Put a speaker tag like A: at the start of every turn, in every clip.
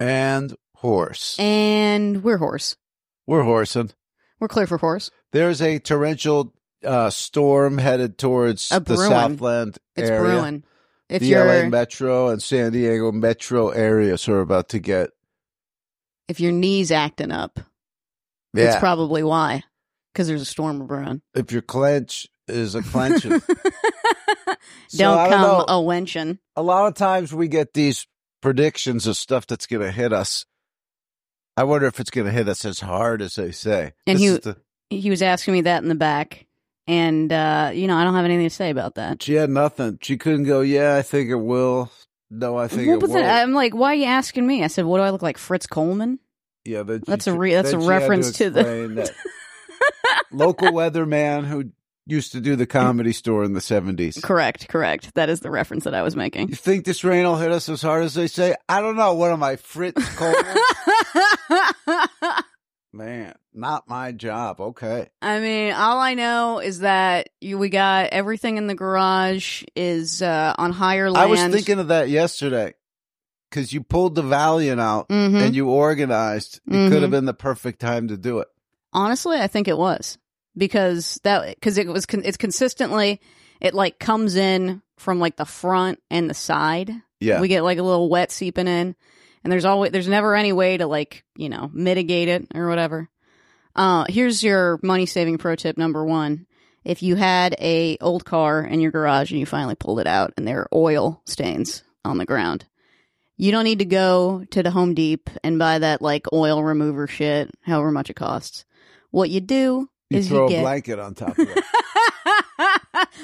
A: and horse.
B: And we're horse.
A: We're horsing.
B: We're clear for horse.
A: There's a torrential uh, storm headed towards
B: A
A: the
B: brewing.
A: Southland
B: It's
A: area.
B: brewing. If
A: the
B: you're
A: LA Metro and San Diego Metro areas are about to get
B: if your knees acting up, it's
A: yeah.
B: probably why. Because there's a storm brewing.
A: if your clench is a clenching.
B: Don't
A: I don't
B: come
A: know.
B: a wenching.
A: a lot of times we get these predictions of stuff that's going to hit us. I wonder if it's going to hit us as hard as they say.
B: And
A: This
B: you-
A: is the-
B: He was asking me that in the back, and uh, you know I don't have anything to say about that.
A: she had nothing. She couldn't go. Yeah, I think it will. No, I think
B: What
A: it
B: was
A: will.
B: that? I'm like, why are you asking me? I said, what do I look like, Fritz Coleman?
A: yeah, then she-
B: That's a re- that's
A: then
B: a
A: she had
B: reference to the-
A: explain that local weatherman who used to do the comedy store in the seventies.
B: Correct, correct. That is the reference that I was making.
A: You think this rain will hit us as hard as they say? I don't know. What am I, Fritz Coleman? Man, not my job. Okay.
B: I mean, all I know is that you, we got everything in the garage is uh, on higher land.
A: I was thinking of that yesterday because you pulled the Valiant out
B: Mhm.
A: and you organized. It
B: Mhm.
A: could have been the perfect time to do it.
B: Honestly, I think it was because that because it was con- it's consistently it like comes in from like the front and the side.
A: Yeah.
B: We get like a little wet seeping in, and there's always there's never any way to like you know mitigate it or whatever. Uh, here's your money saving pro tip number one: if you had a old car in your garage and you finally pulled it out and there are oil stains on the ground, you don't need to go to the Home Deep and buy that like oil remover shit, however much it costs. What you do
A: you
B: is
A: throw
B: you
A: a
B: get
A: blanket on top of it.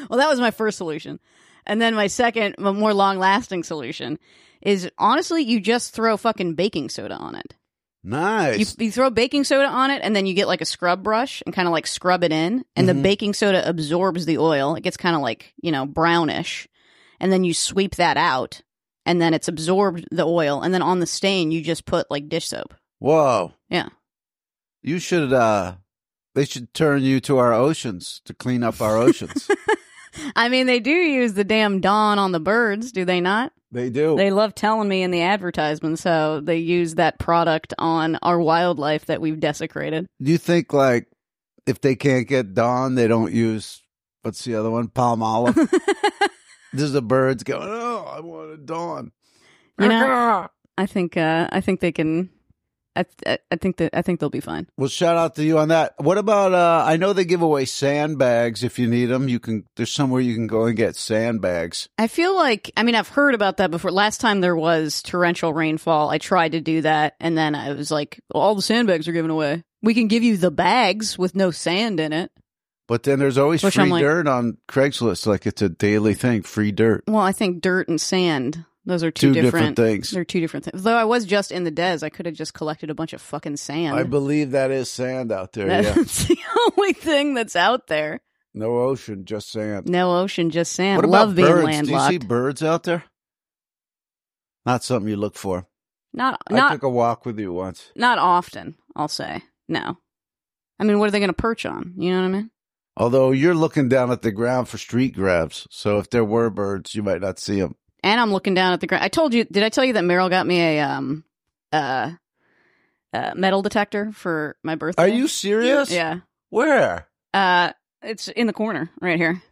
B: well, that was my first solution. And then my second, a more long lasting solution is honestly, you just throw fucking baking soda on it. You,
A: nice.
B: you throw baking soda on it, and then you get like a scrub brush and kind of like scrub it in. And the
A: Mhm.
B: baking soda absorbs the oil. It gets kind of like, you know, brownish. And then you sweep that out, and then it's absorbed the oil. And then on the stain, you just put like dish soap.
A: Whoa.
B: Yeah.
A: You should, uh, they should turn you to our oceans to clean up our oceans.
B: I mean, they do use the damn Dawn on the birds, do they not?
A: they do.
B: They love telling me in the advertisements how they use that product on our wildlife that we've desecrated.
A: do you think, like, if they can't get Dawn, they don't use, what's the other one? Palm olive. this is the birds going, oh, I want a Dawn.
B: You know, I think uh, I think they can. I, I, I think that I think they'll be fine.
A: Well, shout out to you on that. What about? uh I know they give away sandbags if you need them. You can. There's somewhere you can go and get sandbags.
B: I feel like I mean I've heard about that before. Last time there was torrential rainfall, I tried to do that, and then I was like, all the sandbags are given away. We can give you the bags with no sand in it.
A: But then there's always
B: Which
A: free
B: I'm like-
A: dirt on Craigslist. Like it's a daily thing. Free dirt.
B: Well, I think dirt and sand; those are two,
A: Two, different, things.
B: They're two different things. Though I was just in the des, I could have just collected a bunch of fucking sand.
A: I believe that is sand out there. yeah.
B: That's the only thing that's out there.
A: No ocean, just sand.
B: No ocean, just sand.
A: What
B: Love
A: about
B: being
A: birds?
B: landlocked.
A: Do you see birds out there? Not something you look for.
B: not
A: I
B: not
A: took a walk with you once.
B: not often. I'll say no. I mean, what are they going to perch on? You know what I mean?
A: Although you're looking down at the ground for street grabs, so if there were birds, you might not see them.
B: And I'm looking down at the ground. I told you. Did I tell you that Meryl got me a um uh, uh metal detector for my birthday?
A: Are you serious?
B: Yeah.
A: Where?
B: Uh, it's in the corner right here.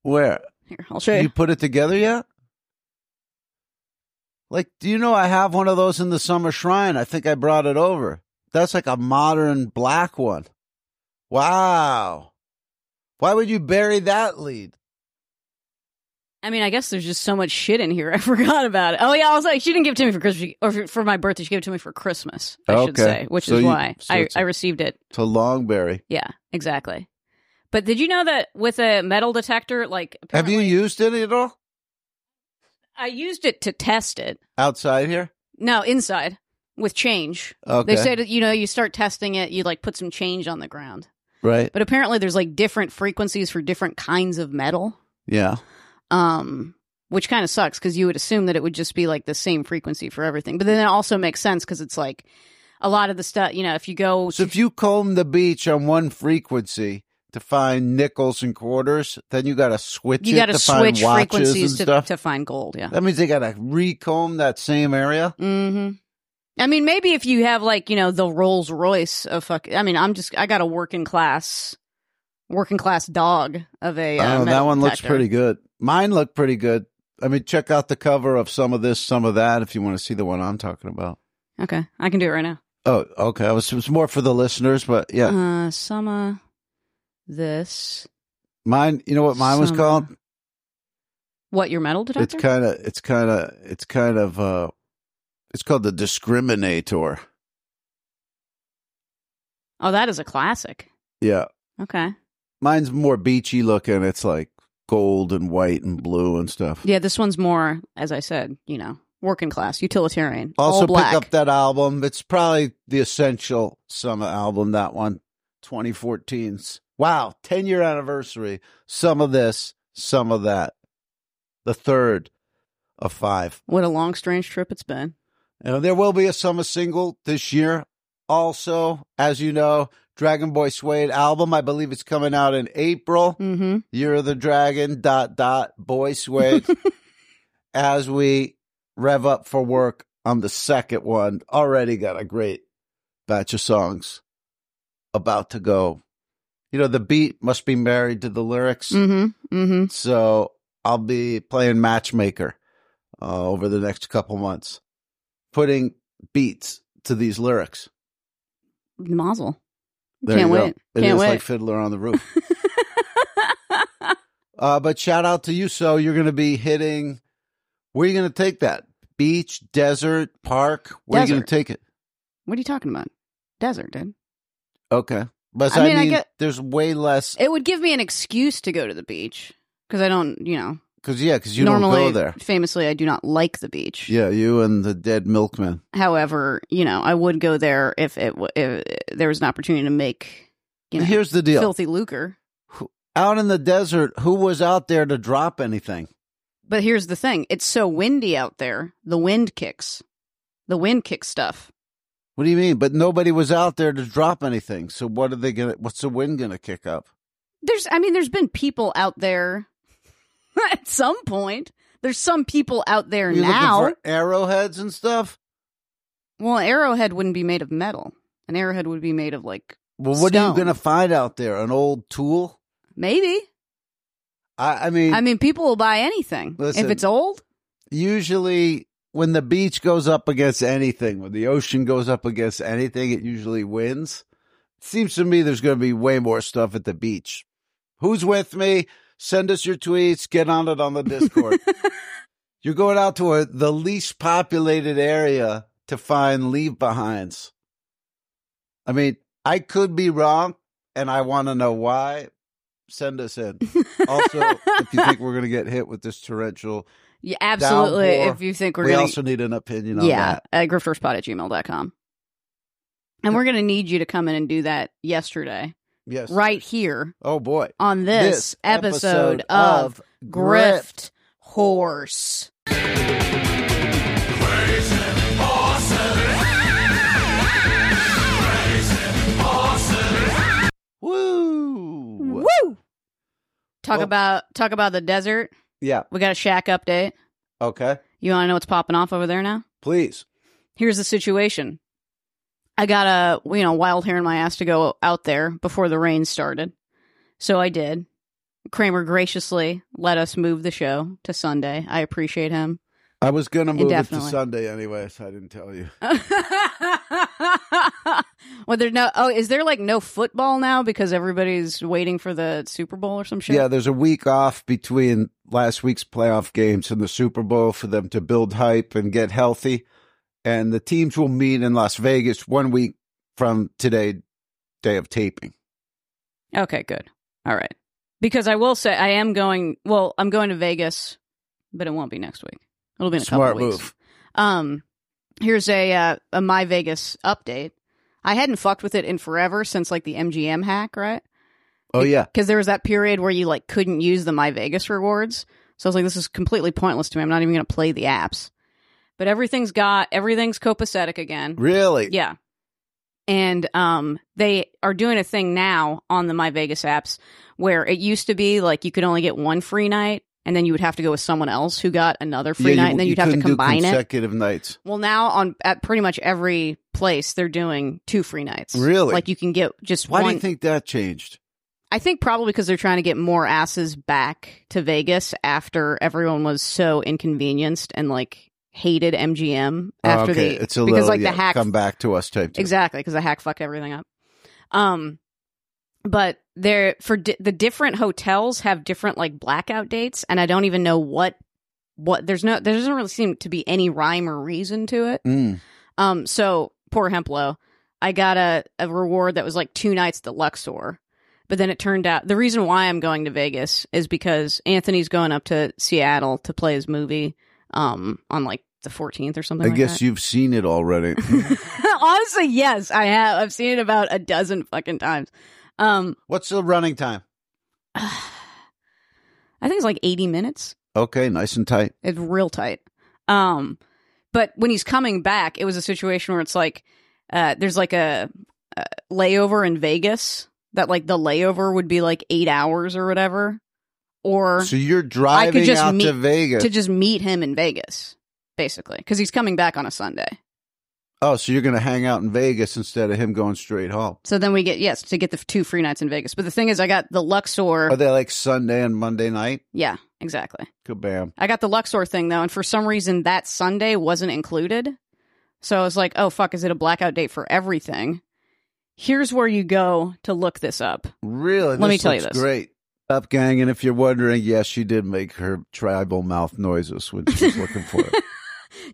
A: Where?
B: Here, I'll show you.
A: You put it together yet? Like, do you know I have one of those in the summer shrine? I think I brought it over. That's like a modern black one. Wow. Why would you bury that lead?
B: I mean, I guess there's just so much shit in here. I forgot about it. Oh yeah, also she didn't give it to me for Christmas or for- for my birthday. She gave it to me for Christmas. I should
A: Okay.
B: say, which
A: So
B: is
A: you-
B: why
A: so
B: I
A: it's a-
B: I received it.
A: To Longberry.
B: Yeah, exactly. But did you know that with a metal detector, like
A: Have you
B: apparently-
A: used any at all
B: I used it to test it.
A: outside here?
B: No, inside with change.
A: Okay.
B: They said you know you start testing it, you like put some change on the ground.
A: right.
B: But apparently, there's like different frequencies for different kinds of metal.
A: Yeah.
B: um which kind of sucks because you would assume that it would just be like the same frequency for everything but then it also makes sense because it's like a lot of the stuff you know if you go
A: So if you comb the beach on one frequency to find nickels and quarters, then you got to switch
B: you
A: it
B: got to
A: to find
B: switch
A: watches
B: frequencies
A: and
B: to,
A: stuff.
B: to find gold yeah
A: that means they got to recomb that same area.
B: mm-hmm I mean, maybe if you have like you know the Rolls Royce of fuck. I mean, I'm just I got a working class, working class dog of a. Uh,
A: oh, that
B: metal
A: one looks
B: detector.
A: pretty good. Mine look pretty good. I mean, check out the cover of some of this, some of that, if you want to see the one I'm talking about.
B: Okay, I can do it right now.
A: Oh, okay. I was, it was more for the listeners, but yeah,
B: Uh, summer, this
A: mine. You know what mine was
B: some-
A: called?
B: what your metal
A: It's
B: detector?
A: kind of, it's kind of, it's kind of, uh, it's called the discriminator.
B: oh, that is a classic.
A: Yeah,
B: Okay,
A: mine's more beachy looking. It's like gold and white and blue and stuff.
B: yeah, this one's more, as I said, you know, working class, utilitarian,
A: Also,
B: all black.
A: pick up that album. It's probably the essential summer album, that one, 2014's. Wow, 10 year anniversary. Some of this, some of that. The third of five.
B: what a long, strange trip it's been.
A: And there will be a summer single this year. Also, as you know, Dragon Boy Suede album. I believe it's coming out in April.
B: Mm-hmm.
A: Year of the Dragon, dot, dot, Boy Suede. as we rev up for work on the second one. Already got a great batch of songs about to go. You know, the beat must be married to the lyrics.
B: Mm-hmm. Mm-hmm.
A: So I'll be playing matchmaker uh, over the next couple months, putting beats to these lyrics.
B: Mazel.
A: There
B: Can't
A: you go.
B: wait.
A: It
B: Can't
A: is
B: wait.
A: like Fiddler on the Roof. Uh, but shout out to you. So you're going to be hitting. Where are you going to take that? Beach, desert, park? Where are you going
B: Desert.
A: to take it?
B: what are you talking about? Desert, dude.
A: Okay. But
B: I
A: I
B: mean,
A: mean,
B: I get-
A: there's way less
B: It would give me an excuse to go to the beach because I don't, you know,
A: because yeah, because you
B: normally,
A: don't go there.
B: famously, I do not like the beach.
A: Yeah, you and the dead milkman.
B: However, you know, I would go there if it w- if there was an opportunity to make, you know,
A: Here's the deal:
B: filthy lucre.
A: out in the desert, who was out there to drop anything?
B: But here's the thing: it's so windy out there. The wind kicks. The wind kicks stuff.
A: What do you mean? But nobody was out there to drop anything. So what are they gonna? What's the wind gonna kick up?
B: There's, I mean, there's been people out there at some point. There's some people out there
A: Are you
B: now.
A: looking for arrowheads and stuff?
B: Well, an arrowhead wouldn't be made of metal. An arrowhead would be made of like
A: Well, what are
B: Stone.
A: you gonna find out there? An old tool?
B: maybe.
A: I, I mean,
B: I mean, people will buy anything if
A: Listen.
B: it's old.
A: usually when the beach goes up against anything, when the ocean goes up against anything, it usually wins. Seems to me there's going to be way more stuff at the beach. Who's with me? Send us your tweets. Get on it on the Discord. You're going out to a, the least populated area to find leave behinds. I mean, I could be wrong, and I want to know why. Send us in. Also, if you think we're going to get hit with this torrential
B: Yeah, absolutely.
A: Downpour.
B: If you think we're
A: we
B: gonna,
A: also need an opinion on
B: yeah,
A: that.
B: at grifterspot at gmail.com. and we're gonna need you to come in and do that yesterday,
A: Yes.
B: right here
A: Oh boy.
B: on this, episode, of Grift Horse.
A: Woo.
B: Woo! Talk
A: Well-
B: about talk about the desert.
A: Yeah.
B: We got a shack update.
A: Okay.
B: You want to know what's popping off over there now?
A: Please.
B: here's the situation. I got a you know wild hair in my ass to go out there before the rain started, so I did. Kramer graciously let us move the show to Sunday. I appreciate him.
A: I was gonna move it to
B: Indefinitely.
A: Sunday anyway, so I didn't tell you.
B: well, there no oh is there like no football now because everybody's waiting for the Super Bowl or some shit?
A: Yeah, there's a week off between last week's playoff games and the Super Bowl for them to build hype and get healthy. And the teams will meet in Las Vegas one week from today, day of taping.
B: Okay, good. All right. Because I will say I am going. Well, I'm going to Vegas, but it won't be next week. It'll be in a
A: Smart
B: couple weeks.
A: move.
B: Um, here's a, uh, a my Vegas update. I hadn't fucked with it in forever since like the MGM hack, right?
A: Oh yeah.
B: Because there was that period where you like couldn't use the my Vegas rewards. So I was like, this is completely pointless to me. I'm not even going to play the apps. But everything's got everything's copacetic again.
A: Really?
B: Yeah. And um, they are doing a thing now on the My Vegas apps where it used to be like you could only get one free night, and then you would have to go with someone else who got another free night, and then you'd have to
A: couldn't do
B: combine it.
A: consecutive nights.
B: Well, now on at pretty much every place they're doing two free nights.
A: Really?
B: Like you can get just
A: Why
B: one.
A: do you think that changed?
B: I think probably because they're trying to get more asses back to Vegas after everyone was so inconvenienced and like hated MGM
A: Oh,
B: after
A: okay,
B: the
A: it's a
B: because
A: little,
B: like
A: yeah,
B: the hack
A: come back to us type. deal.
B: Exactly, because the hack fucked everything up. Um, but there for di- the different hotels have different like blackout dates, and I don't even know what what there's no there doesn't really seem to be any rhyme or reason to it.
A: Mm.
B: Um, so poor Hemplo, I got a a reward that was like two nights at the Luxor. But then it turned out the reason why I'm going to Vegas is because Anthony's going up to Seattle to play his movie um on like the 14th or something.
A: I
B: like that.
A: guess Mm-hmm. you've seen it already.
B: Honestly, yes, I have. I've seen it about a dozen fucking times. Um,
A: What's the running time?
B: I think it's like 80 minutes.
A: Okay, nice and tight.
B: It's real tight. Um, but when he's coming back, it was a situation where it's like, uh, there's like a, a layover in Vegas that like the layover would be like eight hours or whatever, or
A: So you're driving
B: just
A: out to
B: meet-
A: Vegas.
B: to just meet him in Vegas, basically, because he's coming back on a Sunday.
A: oh, so you're going to hang out in Vegas instead of him going straight home.
B: So then we get yes to get the two free nights in Vegas. But the thing is, I got the Luxor.
A: Are they like Sunday and Monday night?
B: yeah, exactly.
A: Kabam.
B: I got the Luxor thing though, and for some reason that Sunday wasn't included. So I was like, oh fuck, is it a blackout date for everything? Here's where you go to look this up.
A: Really?
B: Let me tell you
A: looks
B: this.
A: Great. Up, gang. And if you're wondering, yes, she did make her tribal mouth noises when she was looking for it.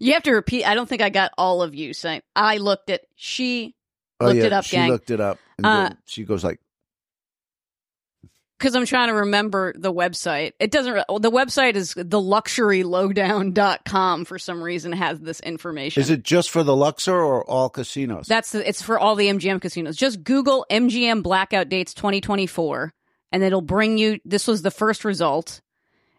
B: You have to repeat. I don't think I got all of you saying I looked at she
A: Oh,
B: Looked
A: yeah,
B: it up,
A: she
B: gang.
A: looked it up. And
B: Uh,
A: then she goes like,
B: because I'm trying to remember the website. It doesn't. Re- well, the website is theluxurylowdown.com for some reason has this information.
A: is it just for the Luxor or all casinos?
B: That's the, it's for all the MGM casinos. Just Google MGM blackout dates 2024, and it'll bring you. This was the first result,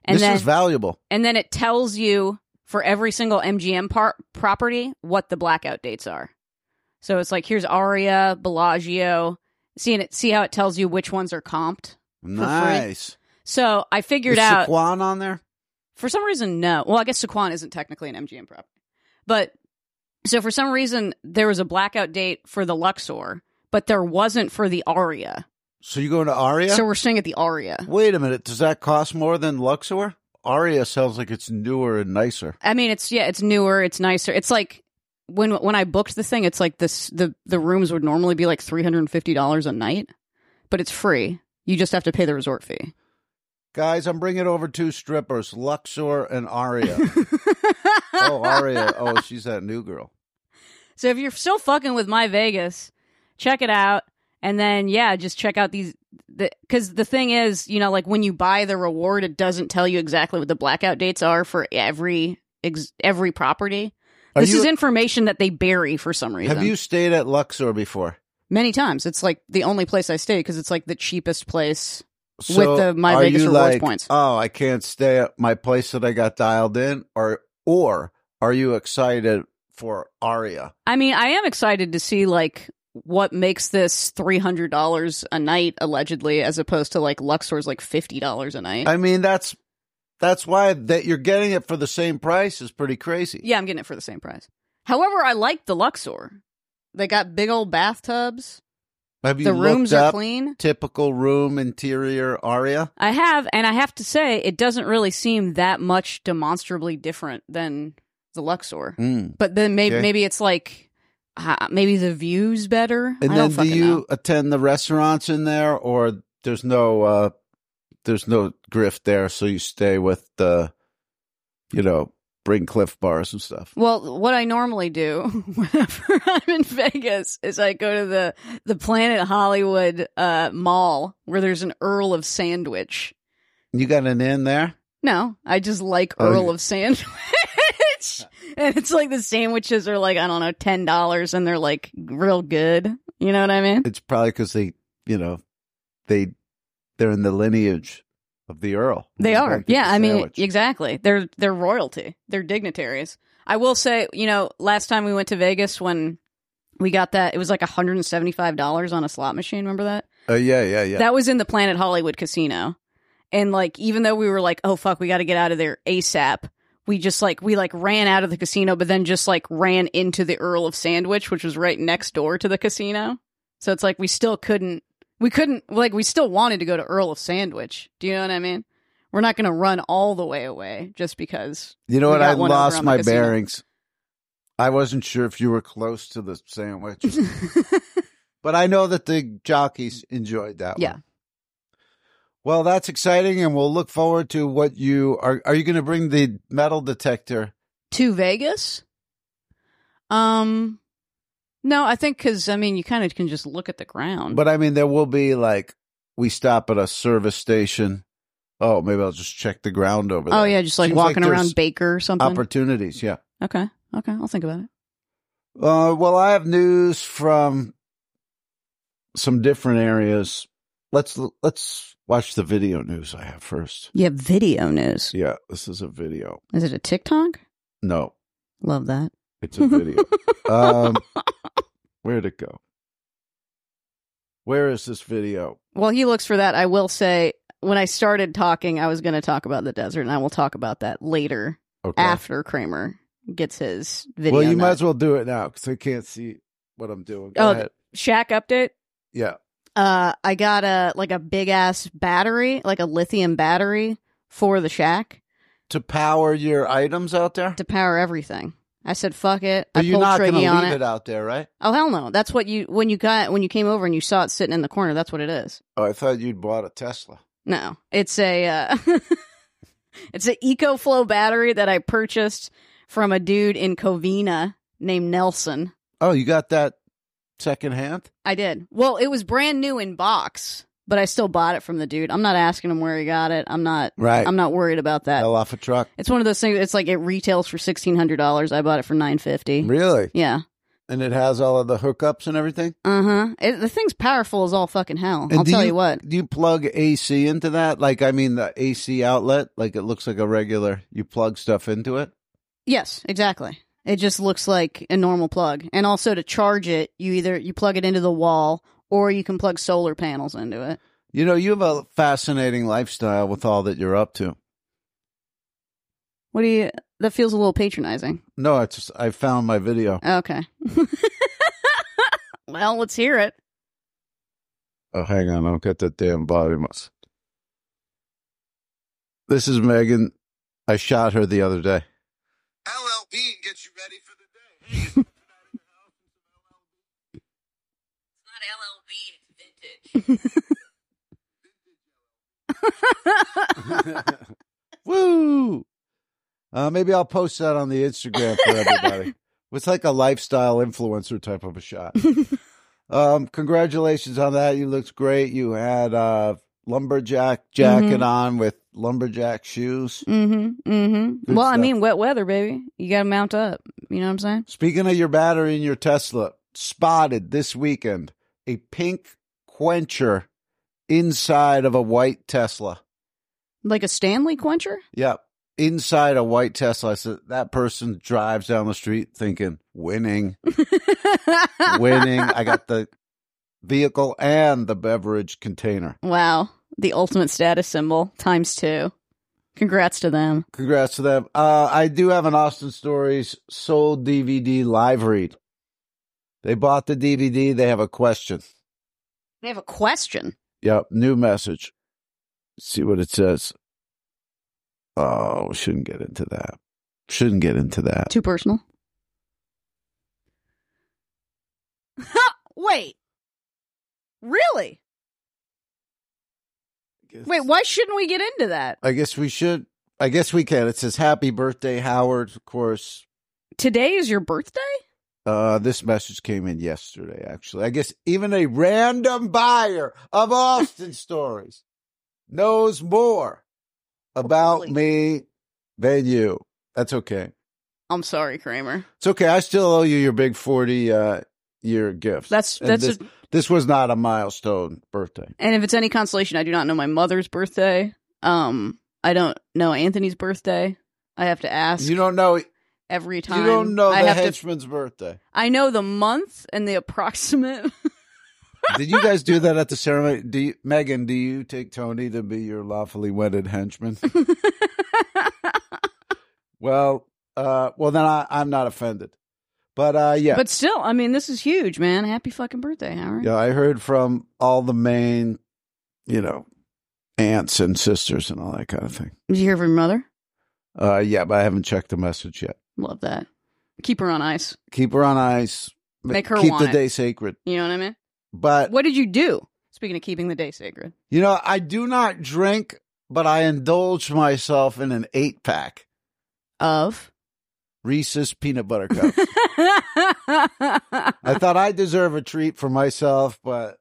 B: and
A: this
B: then
A: is valuable.
B: and then it tells you for every single MGM par- property what the blackout dates are. So it's like here's Aria, Bellagio. Seeing it, see how it tells you which ones are comped.
A: Nice.
B: So I figured
A: is
B: out
A: Saquon on there?
B: for some reason, no. Well, I guess Saquon isn't technically an MGM property. But so for some reason, there was a blackout date for the Luxor, but there wasn't for the Aria.
A: So you're going to Aria?
B: So we're staying at the Aria.
A: Wait a minute. Does that cost more than Luxor? Aria sounds like it's newer and nicer.
B: I mean, it's yeah, it's newer, it's nicer. It's like when when I booked the thing, it's like this the the rooms would normally be like three hundred and fifty dollars a night, but it's free. You just have to pay the resort fee.
A: Guys, I'm bringing over two strippers, Luxor and Aria. oh, Aria. Oh, she's that new girl.
B: So if you're still fucking with my Vegas, check it out, and then yeah, just check out these. Because the, thing is, you know, like when you buy the reward, it doesn't tell you exactly what the blackout dates are for every ex, every property.
A: Are
B: this
A: you-
B: is information that they bury for some reason.
A: Have you stayed at Luxor before?
B: many times? It's like the only place I stay because it's like the cheapest place.
A: So
B: With the My
A: are
B: Vegas
A: you
B: rewards
A: like,
B: points.
A: Oh, I can't stay at my place that I got dialed in, or or are you excited for Aria?
B: I mean, I am excited to see like what makes this three hundred dollars a night allegedly, as opposed to like Luxor's like fifty dollars a night.
A: I mean, that's that's why that you're getting it for the same price is pretty crazy.
B: Yeah, I'm getting it for the same price. However, I like the Luxor. They got big old bathtubs.
A: Have you
B: the rooms
A: looked
B: are
A: up
B: clean.
A: Typical room interior Aria.
B: I have, and I have to say, it doesn't really seem that much demonstrably different than the Luxor.
A: Mm.
B: But then maybe
A: Okay.
B: maybe it's like uh, maybe the view's better.
A: And
B: I don't
A: then do
B: fucking
A: you
B: know.
A: attend the restaurants in there, or there's no uh there's no grift there, so you stay with the, you know, bring Cliff bars and stuff.
B: Well, what I normally do whenever I'm in Vegas is I go to the the Planet Hollywood uh, mall where there's an Earl of Sandwich.
A: You got an inn there?
B: No, I just like
A: Oh,
B: Earl
A: yeah.
B: of Sandwich. and it's like the sandwiches are like, I don't know, $10 and they're like real good. You know what I mean?
A: It's probably because they, you know, they they're in the lineage of the Earl.
B: They
A: Who's
B: are.
A: gonna get
B: Yeah,
A: the
B: I mean,
A: sandwich?
B: exactly. They're they're royalty. They're dignitaries. I will say, you know, last time we went to Vegas when we got that, it was like $175 on a slot machine. Remember that?
A: Uh, yeah, yeah, yeah.
B: That was in the Planet Hollywood Casino. And like, even though we were like, oh fuck, we got to get out of there ASAP, we just like, we like ran out of the casino, but then just like ran into the Earl of Sandwich, which was right next door to the casino. So it's like, we still couldn't, we couldn't, like, we still wanted to go to Earl of Sandwich. Do you know what I mean? We're not going to run all the way away just because.
A: You know
B: We
A: what?
B: got
A: I
B: one over
A: lost
B: on the
A: my
B: casino.
A: bearings. I wasn't sure if you were close to the sandwich, but I know that the jockeys enjoyed that.
B: Yeah.
A: One. Well, that's exciting, and we'll look forward to what you are. Are you going to bring the metal detector?
B: to Vegas? Um, no, I think because I mean you kind of can just look at the ground.
A: But I mean, there will be like we stop at a service station. Oh, maybe I'll just check the ground over there.
B: oh yeah, just like
A: Seems
B: walking
A: there's
B: around Baker or something.
A: Opportunities, yeah.
B: okay, okay, I'll think about it.
A: Uh, well, I have news from some different areas. Let's let's watch the video news I have first.
B: Yeah, video news.
A: Yeah, this is a video.
B: Is it a TikTok?
A: No,
B: Love that.
A: it's a video. um, where'd it go? Where is this video?
B: While he looks for that, I will say when I started talking, I was going to talk about the desert, and I will talk about that later
A: Okay.
B: after Kramer gets his video.
A: well, you might
B: nut.
A: as well do it now because I can't see what I'm doing. Go
B: Oh,
A: ahead.
B: Shaq update.
A: Yeah.
B: uh I got a like a big ass battery, like a lithium battery for the shack
A: To power your items out there?
B: to power everything. I said fuck it.
A: but
B: I
A: you're
B: pulled
A: not going to
B: Triggy on
A: leave
B: it.
A: it. out there, right?
B: Oh hell no. That's what you when you got when you came over and you saw it sitting in the corner, that's what it is.
A: Oh, I thought you'd bought a Tesla.
B: No. It's a uh it's an EcoFlow battery that I purchased from a dude in Covina named Nelson.
A: Oh, you got that secondhand?
B: I did. Well, it was brand new in box, but I still bought it from the dude. I'm not asking him where he got it. I'm not
A: Right.
B: I'm not worried about that.
A: Hell off a truck.
B: It's one of those things. It's like it retails for sixteen hundred dollars. I bought it for nine fifty.
A: Really?
B: Yeah.
A: And it has all of the hookups and everything?
B: Uh huh. The thing's powerful as all fucking hell.
A: And
B: I'll
A: do
B: tell you, what.
A: Do you plug AC into that? Like, I mean, the AC outlet? Like, it looks like a regular. You plug stuff into it?
B: Yes, exactly. It just looks like a normal plug. And also to charge it, you either you plug it into the wall or you can plug solar panels into it.
A: You know, you have a fascinating lifestyle with all that you're up to.
B: What do you? That feels a little patronizing.
A: No, it's just, I found my video.
B: Okay. well, let's hear it.
A: Oh, hang on. I'll get that damn body mass. This is Megan. I shot her the other day.
C: LLB and get you ready for the day. Hey, it's Mr. Night in the house with some LLB. It's not LLB, it's vintage.
A: Woo! Uh, maybe I'll post that on the Instagram for everybody. it's like a lifestyle influencer type of a shot. Um, congratulations on that. You looked great. You had uh lumberjack jacket
B: Mhm.
A: on with lumberjack shoes.
B: mm-hmm. Mm-hmm.
A: Good
B: Well, I
A: stuff.
B: mean, wet weather, baby. You got to mount up. You know what I'm saying?
A: Speaking of your battery and your Tesla, spotted this weekend a pink quencher inside of a white Tesla.
B: Like a Stanley quencher.
A: Yep. Inside a white Tesla. I said, that person drives down the street thinking, winning, winning. I got the vehicle and the beverage container.
B: Wow. The ultimate status symbol times two. Congrats to them.
A: Congrats to them. Uh, I do have an Austin Stories sold DVD live read. They bought the DVD. They have a question.
B: They have a question.
A: Yep, new message. See what it says. Oh, shouldn't get into that. Shouldn't get into that.
B: Too personal. Wait. Really? Wait, why shouldn't we get into that?
A: I guess we should. I guess we can. It says happy birthday, Howard. Of course,
B: Today is your birthday?
A: uh, this message came in yesterday. Actually, I guess even a random buyer of Austin stories knows more about
B: Holy-
A: me than you. That's okay.
B: I'm sorry, Kramer.
A: It's okay. I still owe you your big forty uh, year gift.
B: That's
A: And
B: that's
A: this,
B: a,
A: this was not a milestone birthday.
B: and if it's any consolation, I do not know my mother's birthday. Um I don't know Anthony's birthday. I have to ask
A: You don't know.
B: every time.
A: You don't know
B: I
A: the
B: have to
A: henchman's birthday.
B: I know the month and the approximate
A: Did you guys do that at the ceremony? Do you, Megan? Do you take Tony to be your lawfully wedded henchman? well, uh, well then I, I'm not offended. But uh, yeah,
B: But still, I mean, this is huge, man. Happy fucking birthday, Howard.
A: yeah. I heard from all the main, you know, aunts and sisters and all that kind of thing.
B: Did you hear from your mother?
A: Uh, yeah, but I haven't checked the message yet.
B: Love that. Keep her on ice.
A: Keep her on ice. Ma-
B: Make her
A: keep
B: want
A: the
B: it.
A: day sacred.
B: You know what I mean?
A: But
B: What did you do? Speaking of keeping the day sacred.
A: you know, I do not drink, but I indulge myself in an eight pack
B: Of.
A: Reese's peanut butter cup. I thought I deserve a treat for myself, but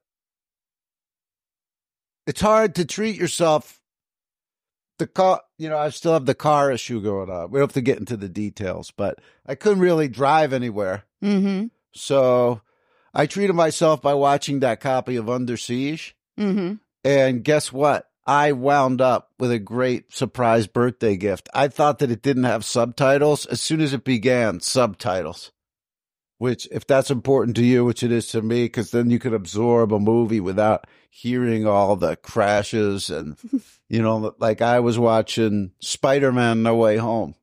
A: it's hard to treat yourself. The car, you know, I still have the car issue going on. We don't have to get into the details, but I couldn't really drive anywhere.
B: mm
A: So I treated myself by watching that copy of Under Siege.
B: hmm. Mm
A: And guess what? I wound up with a great surprise birthday gift. I thought that it didn't have subtitles. As soon as it began, subtitles. Which, if that's important to you, which it is to me, because then you could absorb a movie without hearing all the crashes and, you know, like I was watching Spider Man No Way Home.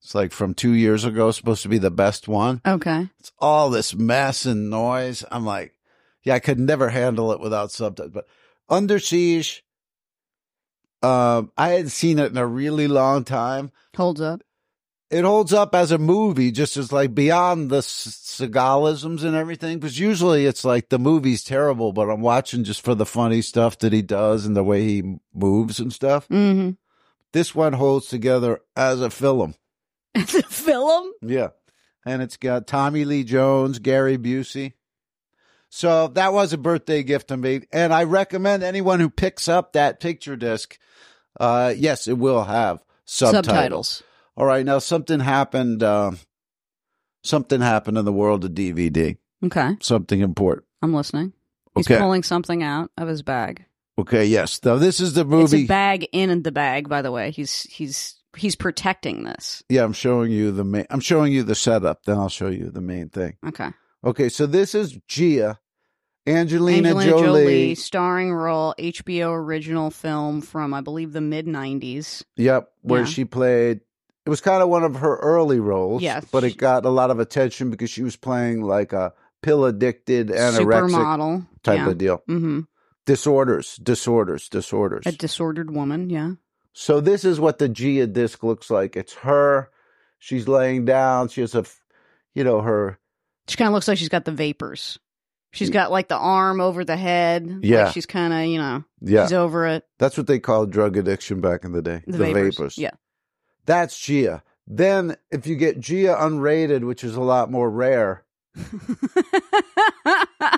A: It's like from two years ago, supposed to be the best one
B: hmm. Okay.
A: it's all this mess and noise. I'm like, yeah, I could never handle it without subtitles. But Under Siege, um, I hadn't seen it in a really long time.
B: Holds up.
A: It holds up as a movie, just as like beyond the s- Seagalisms and everything. Because usually it's like the movie's terrible, but I'm watching just for the funny stuff that he does and the way he moves and stuff.
B: Mm
A: This one holds together as a film.
B: hmm. the film?
A: Yeah. And it's got Tommy Lee Jones, Gary Busey. So that was a birthday gift to me. And I recommend anyone who picks up that picture disc, uh, yes, it will have subtitles.
B: Subtitles.
A: All right. Now, something happened. Um, something happened in the world of DVD.
B: Okay.
A: Something important.
B: I'm listening. He's
A: Okay.
B: pulling something out of his bag.
A: Okay. Yes. Now, this is the
B: It's
A: movie.
B: a bag in the bag, by the way. He's he's he's protecting this.
A: yeah. I'm showing you the main, I'm showing you the setup. Then I'll show you the main thing.
B: Okay.
A: Okay. So this is Gia, Angelina,
B: Angelina Jolie.
A: Jolie.
B: starring role, HBO original film from I believe the mid '90s.
A: Yep, where
B: Yeah.
A: she played. It was kind of one of her early roles.
B: Yes.
A: but it got a lot of attention because she was playing like a pill addicted anorexic
B: Supermodel
A: type
B: yeah.
A: of deal.
B: hmm
A: Disorders, disorders, disorders.
B: A disordered woman. Yeah.
A: so this is what the Gia disc looks like. It's her. She's laying down. She has a, f- you know, her
B: She kind of looks like she's got the vapors. She's got like the arm over the head. like
A: Mm. Yeah.
B: she's kind of you know
A: yeah.
B: she's over it.
A: That's what they called drug addiction back in the day.
B: The, vapors. Yeah.
A: that's Gia. Then if you get Gia unrated, which is a lot more rare,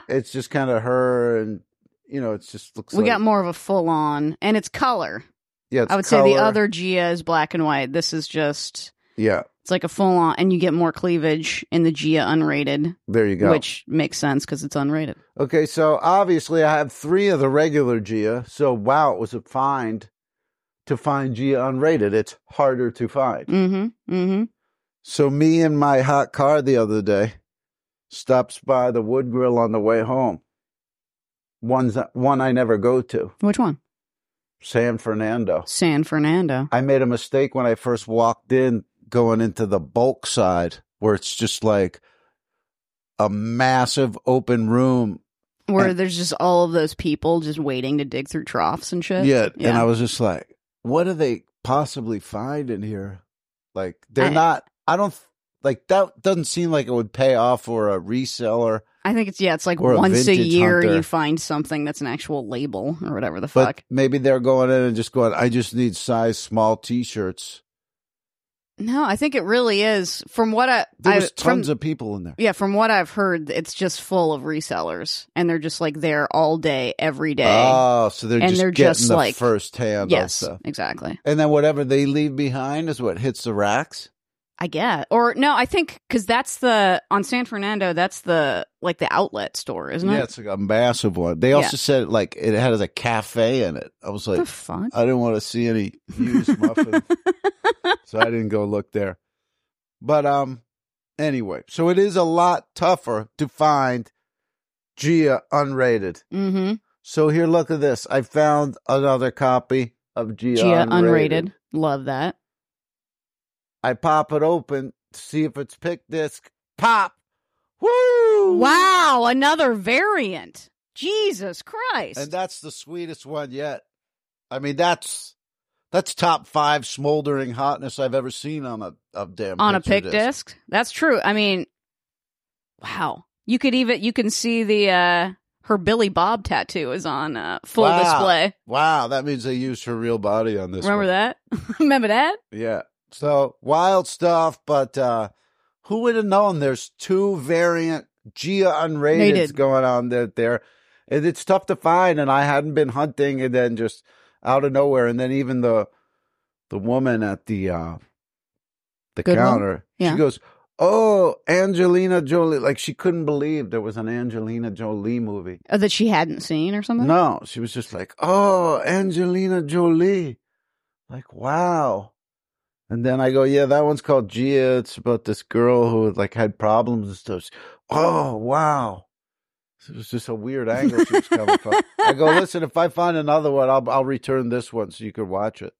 A: it's just kind of her and you know it's just looks
B: we
A: like,
B: got more of a full on, and it's color.
A: yeah it's
B: I would say the
A: color.
B: other Gia is black and white. This is just
A: yeah
B: It's like a full on, and you get more cleavage in the Gia unrated,
A: there you go
B: which makes sense because it's unrated.
A: okay so obviously i have three of the regular gia so wow it was a find to find gia unrated it's harder to find
B: Mm-hmm. Mm-hmm.
A: so me and my hot car the other day stops by the wood grill on the way home one's one i never go to
B: Which one?
A: san fernando
B: San Fernando.
A: I made a mistake when I first walked in going into the bulk side where it's just like a massive open room.
B: Where
A: And-
B: there's just all of those people just waiting to dig through troughs and shit.
A: Yeah. And
B: Yeah.
A: I was just like, what do they possibly find in here? Like, they're
B: I-
A: not, I don't, like, that doesn't seem like it would pay off for a reseller.
B: I think it's yeah, it's like
A: Or a
B: once a
A: vintage
B: year
A: hunter.
B: you find something that's an actual label or whatever the
A: But
B: fuck.
A: maybe they're going in and just going, I just need size small t shirts.
B: No, I think it really is. From what I,
A: There
B: I
A: was tons
B: from,
A: of people in there.
B: yeah, from what I've heard, it's just full of resellers, and they're just like there all day, every day.
A: Oh, so they're
B: And
A: just
B: they're
A: getting
B: just
A: the
B: like-
A: first hand
B: yes,
A: stuff.
B: exactly.
A: And then whatever they leave behind is what hits the racks.
B: I guess. Or no, I think because that's the on San Fernando. That's the like the outlet store, isn't
A: yeah,
B: it?
A: it's like a massive one. They also said like it had a cafe in it. I was
B: What the
A: like, uh,
B: fuck?
A: I didn't want to see any used muffins, so I didn't go look there. But um, anyway, so it is a lot tougher to find Gia unrated.
B: Mm-hmm.
A: So here, look at this. I found another copy of Gia,
B: Gia
A: unrated.
B: unrated. Love that.
A: I pop it open to see if it's pick disc. Pop. Woo!
B: Wow, another variant. Jesus Christ.
A: And that's the sweetest one yet. I mean, that's that's top five smoldering hotness I've ever seen on a of damn
B: on a
A: picture
B: pick disc. That's true. I mean, wow. You could even you can see the uh her Billy Bob tattoo is on uh, full
A: Wow.
B: display.
A: Wow, that means they used her real body on this.
B: Remember
A: one.
B: that? Remember that?
A: Yeah. So wild stuff, but uh who would have known there's two variant Gia unrateds
B: Rated.
A: going on there, there. And it's tough to find and I hadn't been hunting and then just out of nowhere and then even the the woman at the uh the
B: Goodwill?
A: counter
B: Yeah.
A: she goes, "Oh, Angelina Jolie." Like she couldn't believe there was an Angelina Jolie movie.
B: Uh, that she hadn't seen or something?
A: No, she was just like, "Oh, Angelina Jolie," like wow. And then I go, "Yeah, that one's called Gia. It's about this girl who like had problems and stuff." She- oh wow, it was just a weird angle she was coming from. I go, "Listen, if I find another one, I'll I'll return this one so you could watch it."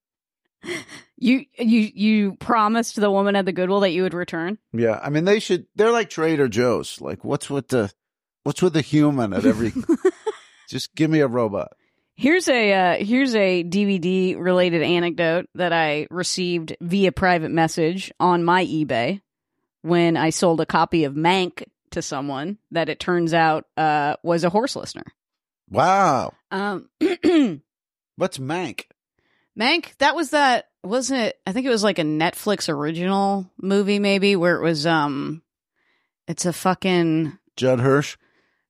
B: You you you promised the woman at the Goodwill that you would return.
A: Yeah, I mean they should. They're like Trader Joe's. Like, what's with the what's with the human at every? just give me a robot.
B: Here's a uh, here's a DVD related anecdote that I received via private message on my eBay when I sold a copy of Mank to someone that it turns out uh, was a horse listener.
A: Wow,
B: Um,
A: what's Mank?
B: Mank, that was that wasn't it? I think it was like a Netflix original movie, maybe where it was um, it's a fucking
A: Judd Hirsch.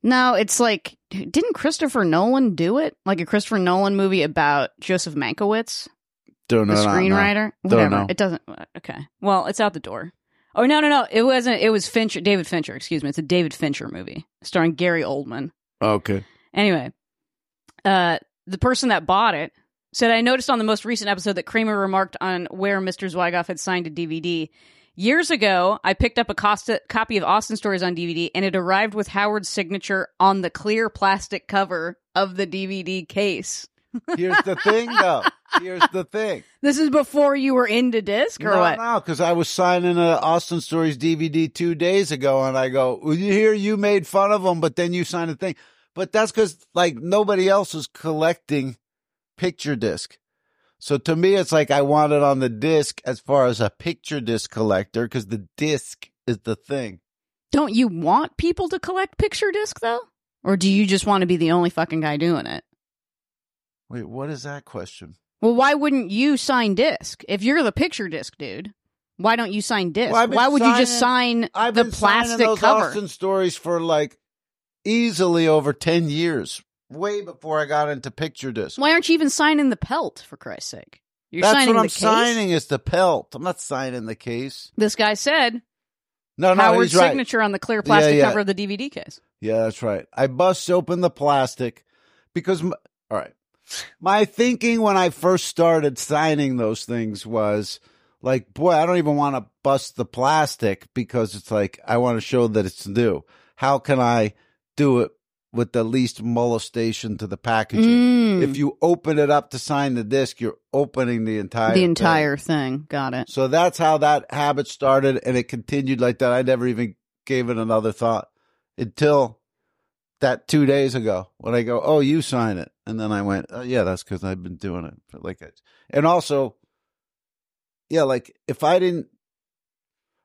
B: No, it's like didn't Christopher Nolan do it? Like a Christopher Nolan movie about Joseph Mankiewicz,
A: Don't
B: the
A: know. don't know.
B: screenwriter.
A: Don't
B: Whatever.
A: know.
B: It doesn't. Okay. Well, it's out the door. Oh no, no, no! It wasn't. It was Fincher, David Fincher. Excuse me. It's a David Fincher movie starring Gary Oldman.
A: Okay.
B: Anyway, uh, the person that bought it said, I noticed on the most recent episode that Kramer remarked on where Mr. Zweigoff had signed a DVD. Years ago, I picked up a costa- copy of Austin Stories on DVD, and it arrived with Howard's signature on the clear plastic cover of the DVD case.
A: Here's the thing, though. Here's the thing.
B: This is before you were into disc or
A: no,
B: what?
A: because I was signing a Austin Stories DVD two days ago, and I go, well, "You hear you made fun of them, but then you signed a thing." But that's because like nobody else is collecting picture disc. So to me, it's like I want it on the disc as far as a picture disc collector, because the disc is the thing.
B: Don't you want people to collect picture disc though? Or do you just want to be the only fucking guy doing it?
A: Wait, what is that question?
B: Well, why wouldn't you sign disc? If you're the picture disc dude, why don't you sign disc?
A: Well, I've been
B: why would you just sign
A: I've
B: the
A: been signing
B: plastic
A: those
B: cover?
A: Austin stories for like easily over ten years, way before I got into picture disc.
B: Why aren't you even signing the pelt for Christ's sake? You're
A: That's
B: signing
A: what I'm
B: the case?
A: signing is the pelt. I'm not signing the case.
B: This guy said
A: No, no,
B: Howard's
A: he's right.
B: signature on the clear plastic
A: yeah.
B: cover of the DVD case.
A: Yeah, that's right. I bust open the plastic because, my, all right, my thinking when I first started signing those things was like, boy, I don't even want to bust the plastic because it's like, I want to show that it's new. How can I do it with the least molestation to the packaging?
B: Mm,
A: If you open it up to sign the disc, you're opening the entire
B: the
A: thing.
B: entire thing. Got it.
A: So that's how that habit started, and it continued like that. I never even gave it another thought until that two days ago when I go, "Oh, you sign it," and then I went, oh, "Yeah, that's because I've been doing it." But like, it's- and also, yeah, like if I didn't,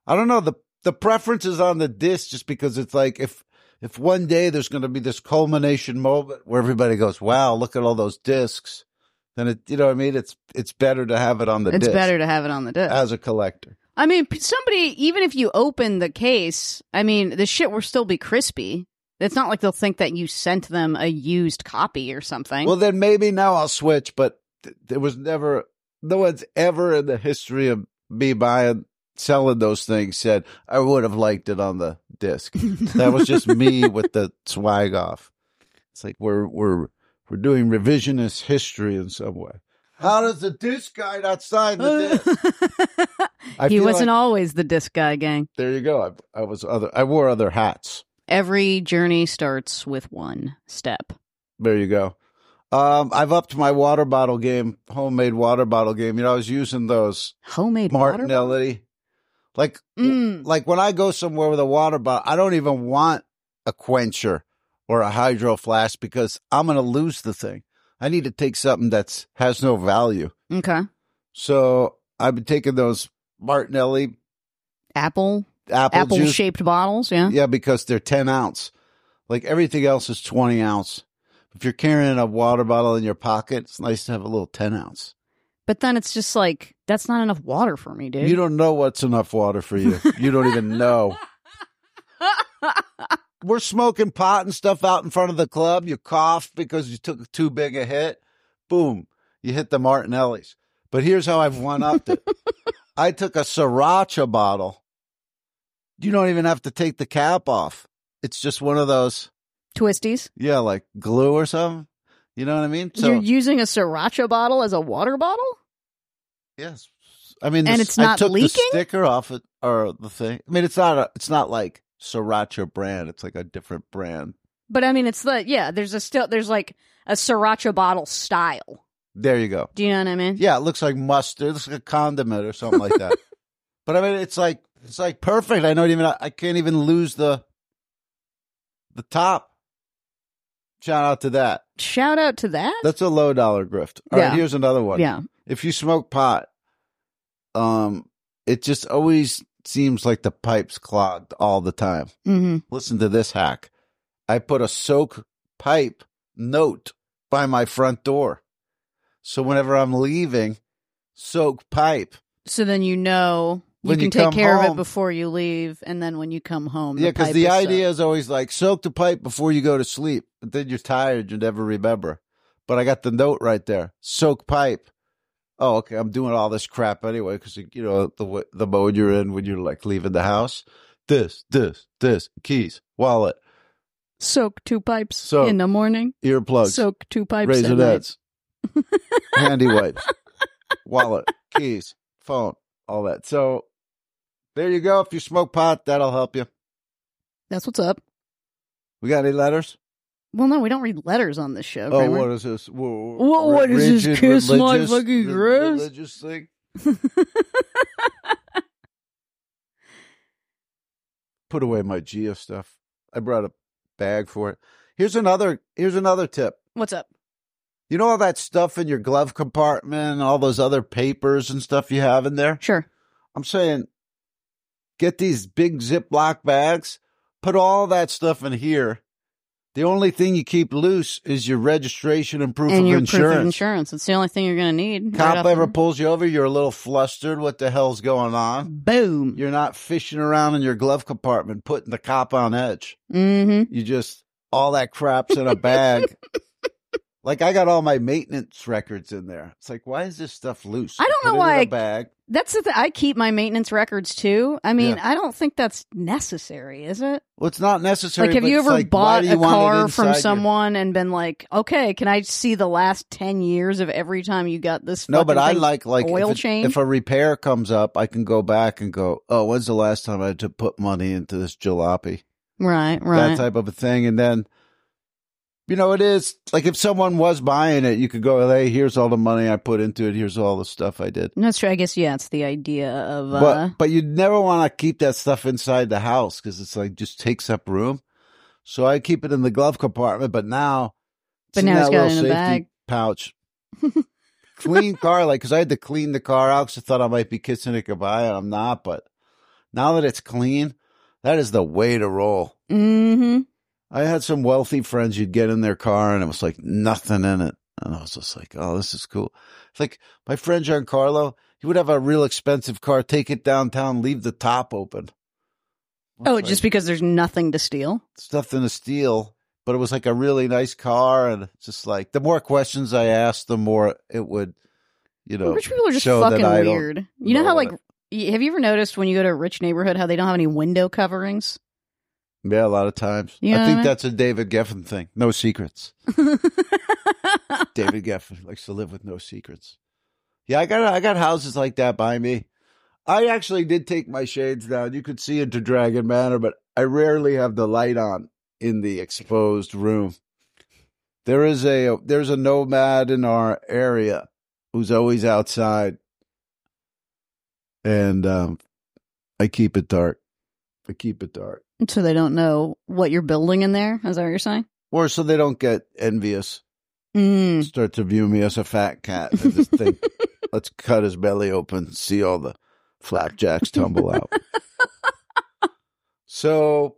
A: I don't know the the preference is on the disc just because it's like if if one day there's going to be this culmination moment where everybody goes, "Wow, look at all those discs," then it, you know, what I mean, it's it's better to have it on the.
B: It's
A: disc Uh,
B: better to have it on the disc.
A: as a collector.
B: I mean, p- somebody, even if you open the case, I mean, the shit will still be crispy. It's not like they'll think that you sent them a used copy or something.
A: Well, then maybe now I'll switch, but th- there was never, no one's ever in the history of me buying, selling those things said, I would have liked it on the disc. That was just me with the swag off. It's like we're, we're, we're doing revisionist history in some way. How does the disc guy not sign the disc? I
B: he
A: feel
B: wasn't
A: like-
B: always the disc guy, gang.
A: There you go. I, I was other, I wore other hats.
B: every journey starts with one step.
A: There you go. Um, I've upped my water bottle game, homemade water bottle game. You know, I was using those
B: Homemade water.
A: Martinelli. Like,
B: Mm.
A: like when I go somewhere with a water bottle, I don't even want a quencher or a hydro flask because I'm going to lose the thing. I need to take something that's has no value.
B: Mm, Okay.
A: So I've been taking those Martinelli
B: Apple
A: apple,
B: apple
A: juice.
B: shaped bottles. Yeah.
A: Yeah, because they're 10 ounce. Like everything else is 20 ounce. If you're carrying a water bottle in your pocket, it's nice to have a little 10 ounce.
B: But then it's just like that's not enough water for me, dude.
A: You don't know what's enough water for you. You don't even know. We're smoking pot and stuff out in front of the club. You cough because you took too big a hit. Boom. You hit the Martinellis. But here's how I've one upped it. I took a sriracha bottle. You don't even have to take the cap off. It's just one of those,
B: Twisties.
A: yeah, like glue or something. You know what I mean?
B: You're using a sriracha bottle as a water bottle?
A: Yes. I mean,
B: And
A: this-
B: it's not
A: I took
B: leaking?
A: the sticker off it or the thing. I mean, it's not a, it's not like sriracha brand. It's like a different brand.
B: But I mean, it's the yeah. There's a still there's like a sriracha bottle style.
A: There you go.
B: Do you know what I mean?
A: Yeah, it looks like mustard. It looks like a condiment or something like that. but I mean, it's like it's like perfect. I don't even I can't even lose the the top. Shout out to that.
B: Shout out to that.
A: That's a low dollar grift. All right,
B: Yeah.
A: here's another one.
B: yeah.
A: if you smoke pot, um, it just always seems like the pipe's clogged all the time.
B: Mm-hmm.
A: Listen to this hack. I put a soak pipe note by my front door. So whenever I'm leaving, soak pipe.
B: So then you know you
A: When
B: can
A: you
B: take
A: come
B: care of it
A: home-
B: before you leave, and then when you come home,
A: yeah, because
B: pipe
A: the
B: is
A: idea
B: up.
A: is always like soak the pipe before you go to sleep, but then you're tired, you never remember. But I got the note right there. Soak pipe. Oh, okay. I'm doing all this crap anyway because you know the wa- the mode you're in when you're like leaving the house. This, this, this, keys, wallet,
B: soak two pipes
A: Soak.
B: in the morning,
A: earplugs,
B: soak two pipes at night.
A: razorettes, handy wipes, wallet, keys, phone, all that. So there you go. If you smoke pot, that'll help you.
B: That's what's up.
A: We got any letters?
B: Well, no, we don't read letters on this show.
A: Oh,
B: Kramer.
A: what is this? Wha-
B: Wha- what is this?
A: rigid
B: Kiss my
A: religious-
B: fucking
A: re-
B: grass?
A: Religious thing. Put away my Geo stuff. I brought a bag for it. Here's another. Here's another tip.
B: What's up?
A: You know all that stuff in your glove compartment, and all those other papers and stuff you have in there.
B: Sure.
A: I'm saying, get these big Ziploc bags. Put all that stuff in here. The only thing you keep loose is your registration and proof,
B: and
A: of,
B: your
A: insurance.
B: proof of insurance. It's the only thing you're going to need. right
A: Cop
B: off
A: ever
B: the-
A: pulls you over, you're a little flustered. What the hell's going on?
B: Boom.
A: You're not fishing around in your glove compartment, putting the cop on edge.
B: Mm-hmm.
A: You just, all that crap's in a bag. like I got all my maintenance records in there. It's like, why is this stuff loose?
B: I don't
A: Put
B: know
A: it
B: why
A: In
B: I-
A: a bag.
B: That's the thing. I keep my maintenance records too. I mean, I don't think that's necessary, is it?
A: Well, it's not necessary.
B: like, have
A: but
B: you
A: it's
B: ever
A: like, why
B: bought
A: do
B: a
A: you want it
B: car
A: inside
B: from
A: your-
B: someone and been like, okay, can I see the last 10 years of every time you got this?
A: No, but
B: fucking
A: I
B: thing?
A: like like
B: oil
A: if, it-
B: change?
A: if a repair comes up, I can go back and go, oh, when's the last time I had to put money into this jalopy?
B: Right, right.
A: that type of a thing. And then, you know, it is like if someone was buying it, you could go, hey, here's all the money I put into it. Here's all the stuff I did.
B: That's true. I guess, yeah, it's the idea of. Uh,
A: But but you never want to keep that stuff inside the house because it's like just takes up room. So I keep it in the glove compartment. But now, it's
B: But now
A: in
B: it's
A: that
B: got
A: little
B: it in a
A: safety
B: bag.
A: pouch. clean car, like because I had to clean the car out because I thought I might be kissing it goodbye, and I'm not. But now that it's clean, that is the way to roll.
B: hmm
A: I had some wealthy friends you'd get in their car and it was like nothing in it. And I was just like, oh, this is cool. It's like my friend Giancarlo, he would have a real expensive car, take it downtown, leave the top open.
B: Oh,
A: It's
B: just
A: like
B: because there's nothing to steal?
A: stuffed in a steel, but it was like a really nice car. And it's just like the more questions I asked, the more it would, you know,
B: Rich people are just
A: show that
B: fucking
A: I don't
B: weird. You know
A: know
B: how like
A: it.
B: y have you ever noticed when you go to a rich neighborhood how they don't have any window coverings?
A: yeah, a lot of times.
B: You know
A: I
B: what I
A: think
B: mean?
A: that's a David Geffen thing. No secrets. David Geffen likes to live with no secrets. Yeah, I got I got houses like that by me. I actually did take my shades down. You could see into Dragon Manor, but I rarely have the light on in the exposed room. There is a there's a nomad in our area who's always outside, and um, I keep it dark. I keep it dark,
B: So they don't know what you're building in there. Is that what you're saying?
A: or so they don't get envious,
B: Mm.
A: start to view me as a fat cat. They just think, let's cut his belly open, see all the flapjacks tumble out. so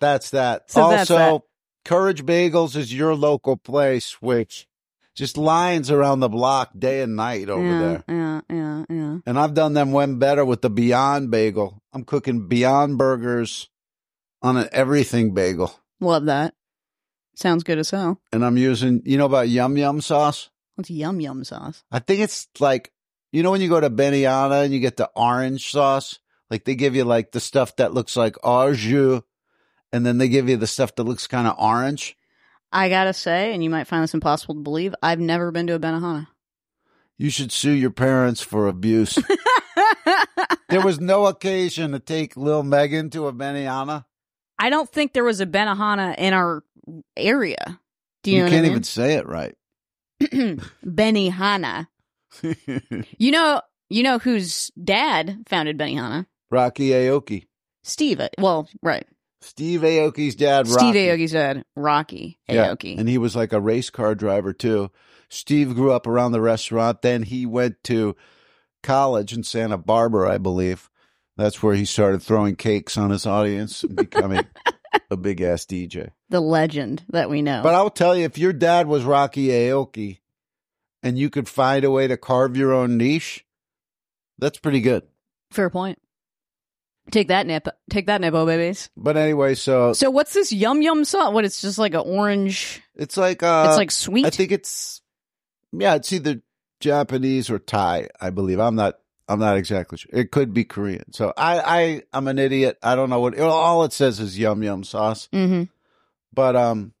A: that's that.
B: So
A: also,
B: that's that.
A: Courage Bagels is your local place, which just lines around the block day and night over
B: yeah,
A: there.
B: Yeah, yeah, yeah.
A: And I've done them one better with the Beyond Bagel. I'm cooking Beyond Burgers on an everything bagel.
B: Love that. Sounds good as hell.
A: And I'm using, you know about yum yum sauce?
B: What's yum yum sauce?
A: I think it's like you know when you go to Benihana and you get the orange sauce, like they give you like the stuff that looks like au jus, and then they give you the stuff that looks kind of orange.
B: I gotta say, and you might find this impossible to believe, I've never been to a Benihana.
A: You should sue your parents for abuse. there was no occasion to take Lil Megan to a Benihana.
B: I don't think there was a Benihana in our area. Do you,
A: You,
B: know
A: can't even
B: what
A: say it right.
B: I mean? Benihana. You know, you know whose dad founded Benihana?
A: Rocky Aoki,
B: Steve. uh, Well, right.
A: Steve Aoki's dad.
B: Steve
A: Rocky.
B: Aoki's dad, Rocky
A: Yeah,
B: Aoki.
A: And he was like a race car driver too. Steve grew up around the restaurant. Then he went to college in Santa Barbara, I believe. That's where he started throwing cakes on his audience and becoming a big ass DJ.
B: the legend that we know.
A: But I'll tell you, if your dad was Rocky Aoki and you could find a way to carve your own niche, that's pretty good.
B: Fair point. Take that nip. Take that nippo, babies.
A: But anyway, so
B: So what's this yum yum sauce? What? It's just like an orange.
A: it's like uh
B: it's like sweet.
A: I think it's yeah, it's either Japanese or Thai, I believe. I'm not I'm not exactly sure. It could be Korean. So I I I'm an idiot. I don't know what all it says is yum yum sauce.
B: mm-hmm.
A: But um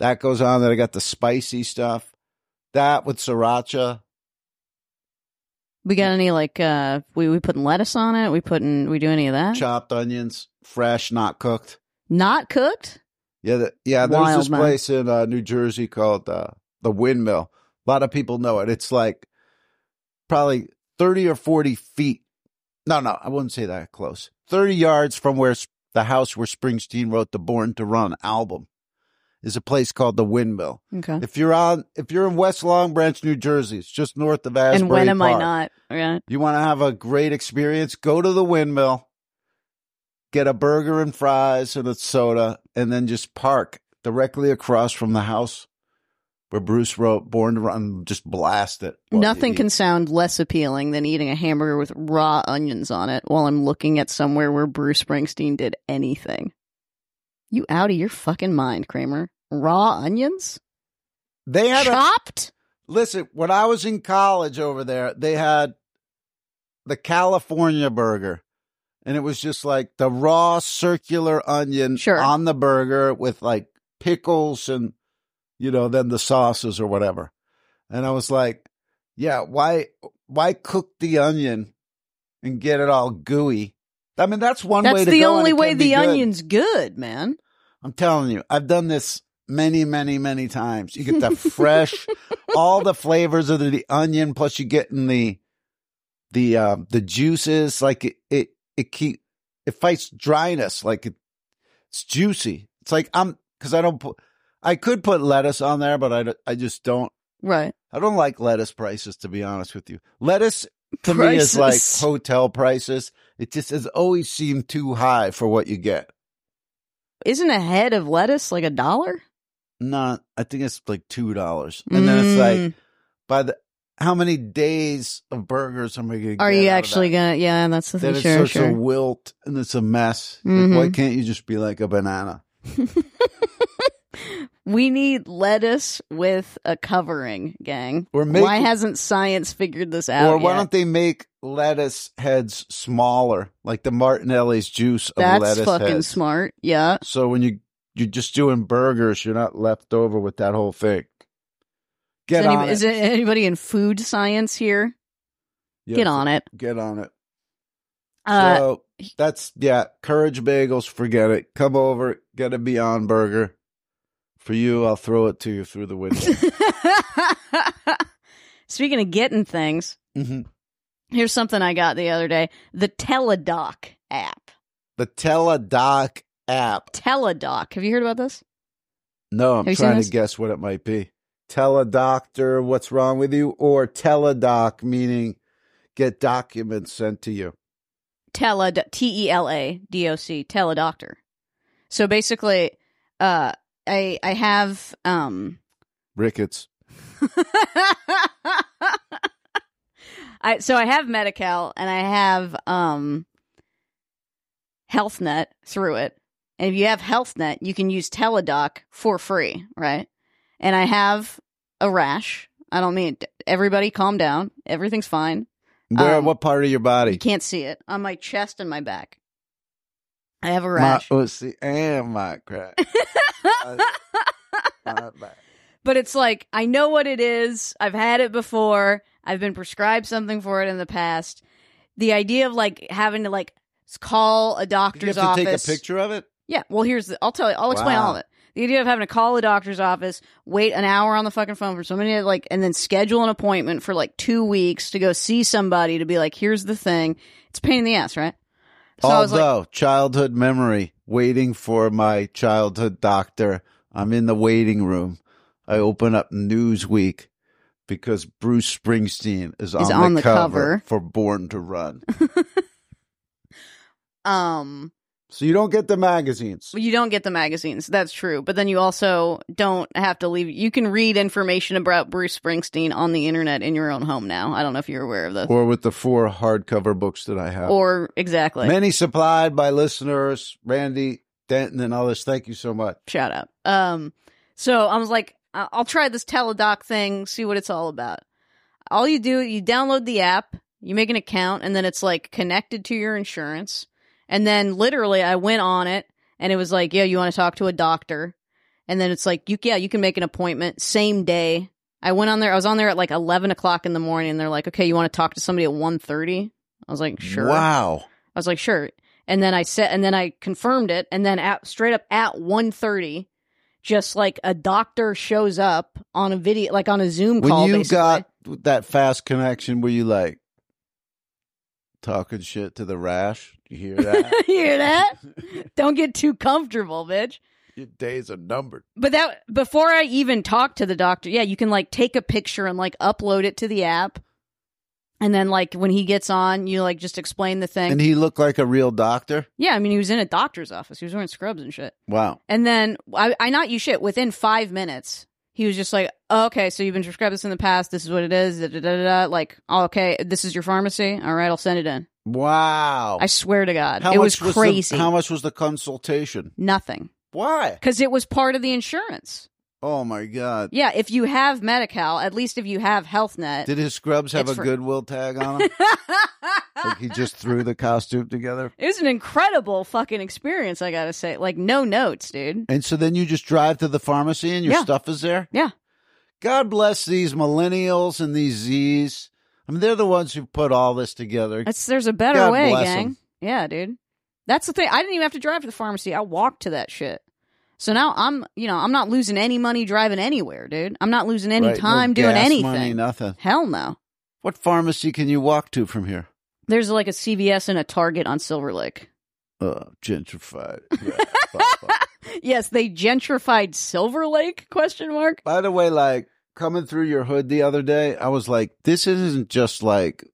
A: that goes on Then I got the spicy stuff. That with sriracha.
B: We got any like uh we we putting lettuce on it? We putting we do any of that?
A: Chopped onions, fresh, not cooked.
B: Not cooked.
A: Yeah, the, yeah. There's
B: Wild,
A: this
B: man.
A: place in uh, New Jersey called uh, the Windmill. A lot of people know it. It's like probably thirty or forty feet. No, no, I wouldn't say that close. Thirty yards from where s- the house where Springsteen wrote the "Born to Run" album is a place called the Windmill.
B: Okay.
A: If you're on, if you're in West Long Branch, New Jersey, it's just north of Asbury
B: and when am I
A: Park.
B: not? Yeah.
A: You want to have a great experience? Go to the windmill, get a burger and fries and a soda, and then just park directly across from the house where Bruce wrote Born to Run. Just blast it. while you
B: Nothing
A: eat.
B: can sound less appealing than eating a hamburger with raw onions on it while I'm looking at somewhere where Bruce Springsteen did anything. You out of your fucking mind, Kramer. Raw onions?
A: They had a,
B: Chopped?
A: listen. When I was in college over there, they had the California burger. And it was just like the raw circular onion
B: Sure.
A: on the burger with like pickles and, you know, then the sauces or whatever. And I was like, yeah, why, why cook the onion and get it all gooey? I mean, that's one way
B: That's
A: to
B: the
A: go and
B: only
A: it
B: way
A: can be
B: the
A: good.
B: onion's good, man.
A: I'm telling you, I've done this many, many, many times. You get the fresh, all the flavors of the, the onion, plus you get in the the uh, the juices. Like it, it, it keep it fights dryness. Like it, it's juicy. It's like I'm because I don't put. I could put lettuce on there, but I, don't- I just don't.
B: Right.
A: I don't like lettuce prices, to be honest with you. Lettuce to me is
B: Prices.
A: like hotel prices. It just has always seemed too high for what you get.
B: Isn't a head of lettuce like a dollar?
A: not i think it's like two dollars and then it's like
B: Mm.
A: by the how many days of burgers am i gonna get
B: Are you
A: out of
B: actually
A: that?
B: gonna? Yeah, that's the
A: then
B: thing.
A: it
B: Sure,
A: starts to
B: sure.
A: wilt and it's a mess Like,
B: Mhm.
A: why can't you just be like a banana
B: we need lettuce with a covering, gang.
A: Or make-
B: Why hasn't science figured this out
A: or why
B: yet?
A: don't they make lettuce heads smaller like the martinelli's juice of
B: that's
A: lettuce
B: fucking
A: heads
B: smart. Yeah.
A: so when you you're just doing burgers you're not left over with that whole thing
B: Is,
A: get
B: any-
A: on
B: is
A: it.
B: it anybody in food science here?
A: Yes.
B: Get on it.
A: Get on it.
B: Uh,
A: so that's yeah. Courage bagels. Forget it. Come over. Get a Beyond Burger. For you, I'll throw it to you through the window.
B: Uh, Speaking of getting things,
A: Mhm.
B: here's something I got the other day the Teledoc app.
A: The Teledoc app.
B: Teledoc. Have you heard about this?
A: No, I'm
B: Have you seen
A: trying
B: this?
A: to guess what it might be. Tell a doctor what's wrong with you, or teledoc, meaning get documents sent to you.
B: Tele T E L A D O C Teledoctor. So basically, uh, I I have um
A: Ricketts.
B: I so I have Medi-Cal and I have um HealthNet through it. And if you have HealthNet, you can use TeleDoc for free, right? And I have a rash. I don't mean everybody calm down. Everything's fine.
A: Where?
B: Um,
A: what part of your
B: You
A: body?
B: can't see it on my chest and my back. I have a
A: My,
B: rash.
A: oh, see, and my crack. My back.
B: but it's like I know what it is. I've had it before. I've been prescribed something for it in the past. The idea of like having to like s- call a
A: you
B: doctor's
A: have to
B: office.
A: take a picture of it.
B: Yeah. Well, here's the. I'll tell you. I'll explain
A: Wow.
B: all of it. The idea of having to call a doctor's office, wait an hour on the fucking phone for somebody to like, and then schedule an appointment for like two weeks to go see somebody to be like, here's the thing. It's a pain in the ass, right? So I was like,
A: Although childhood memory, waiting for my childhood doctor. I'm in the waiting room. I open up Newsweek because Bruce Springsteen is, on, the, cover
B: cover.
A: for Born to Run.
B: um,
A: so you don't get the magazines.
B: Well, You don't get the magazines. That's true. But then you also don't have to leave. You can read information about Bruce Springsteen on the internet in your own home now. I don't know if you're aware of this. Or,
A: Or with the four hardcover books that I have.
B: exactly.
A: Many supplied by listeners, Randy, Denton, and others. Thank you so much.
B: Shout out. Um, so I was like, I- I'll try this teledoc thing, see what it's all about. All you do, you download the app, you make an account, and then it's like connected to your insurance. And then literally, I went on it, and it was like, yeah, you want to talk to a doctor, and then it's like, you yeah, you can make an appointment same day. I went on there. I was on there at like eleven o'clock in the morning. And they're like, okay, you want to talk to somebody at 1.30? I was like, sure.
A: Wow.
B: I was like, sure. And then I said, and then I confirmed it. And then at, straight up at 1.30, just like a doctor shows up on a video, like on a Zoom call.
A: When you
B: basically.
A: got that fast connection, were you like talking shit to the rash? You hear that?
B: You hear that? Don't get too comfortable, bitch.
A: Your days are numbered.
B: But that before I even talked to the doctor, yeah, you can like take a picture and like upload it to the app. And then like when he gets on, you like just explain the thing.
A: And he looked like a real doctor.
B: yeah, I mean he was in a doctor's office. He was wearing scrubs and shit.
A: Wow.
B: And then I, I not you shit. Within five minutes, he was just like, oh, "Okay, so you've been prescribed this in the past. This is what it is." Da, da, da, da, da. Like, oh, okay, this is your pharmacy. All right, I'll send it in.
A: Wow.
B: I swear to God,
A: How
B: it was
A: much the-
B: crazy.
A: how much was the consultation?
B: Nothing,
A: Why?
B: because it was part of the insurance.
A: Oh my God.
B: Yeah, if you have Medi-Cal, at least if you have HealthNet,
A: Did his scrubs have
B: It's
A: a
B: for-
A: goodwill tag on him? like he just threw the costume together?
B: it was an incredible fucking experience. I gotta say, like no notes, dude.
A: And so then you just drive to the pharmacy and your
B: Yeah.
A: stuff is there?
B: Yeah.
A: God bless these millennials and these Z's. I mean, they're the ones who put all this together.
B: That's there's a better
A: God
B: way,
A: bless
B: gang.
A: 'em.
B: Yeah, dude. That's the thing. I didn't even have to drive to the pharmacy. I walked to that shit. So now I'm, you know, I'm not losing any money driving anywhere, dude. I'm not losing any
A: Right, no
B: time doing
A: gas
B: anything.
A: Money, nothing.
B: Hell no.
A: What pharmacy can you walk to from here?
B: There's like a CVS and a Target on Silver Lake.
A: Uh, gentrified. Yeah, blah, blah.
B: Yes, they gentrified Silver Lake? Question mark.
A: By the way, like coming through your hood the other day, I was like, this isn't just like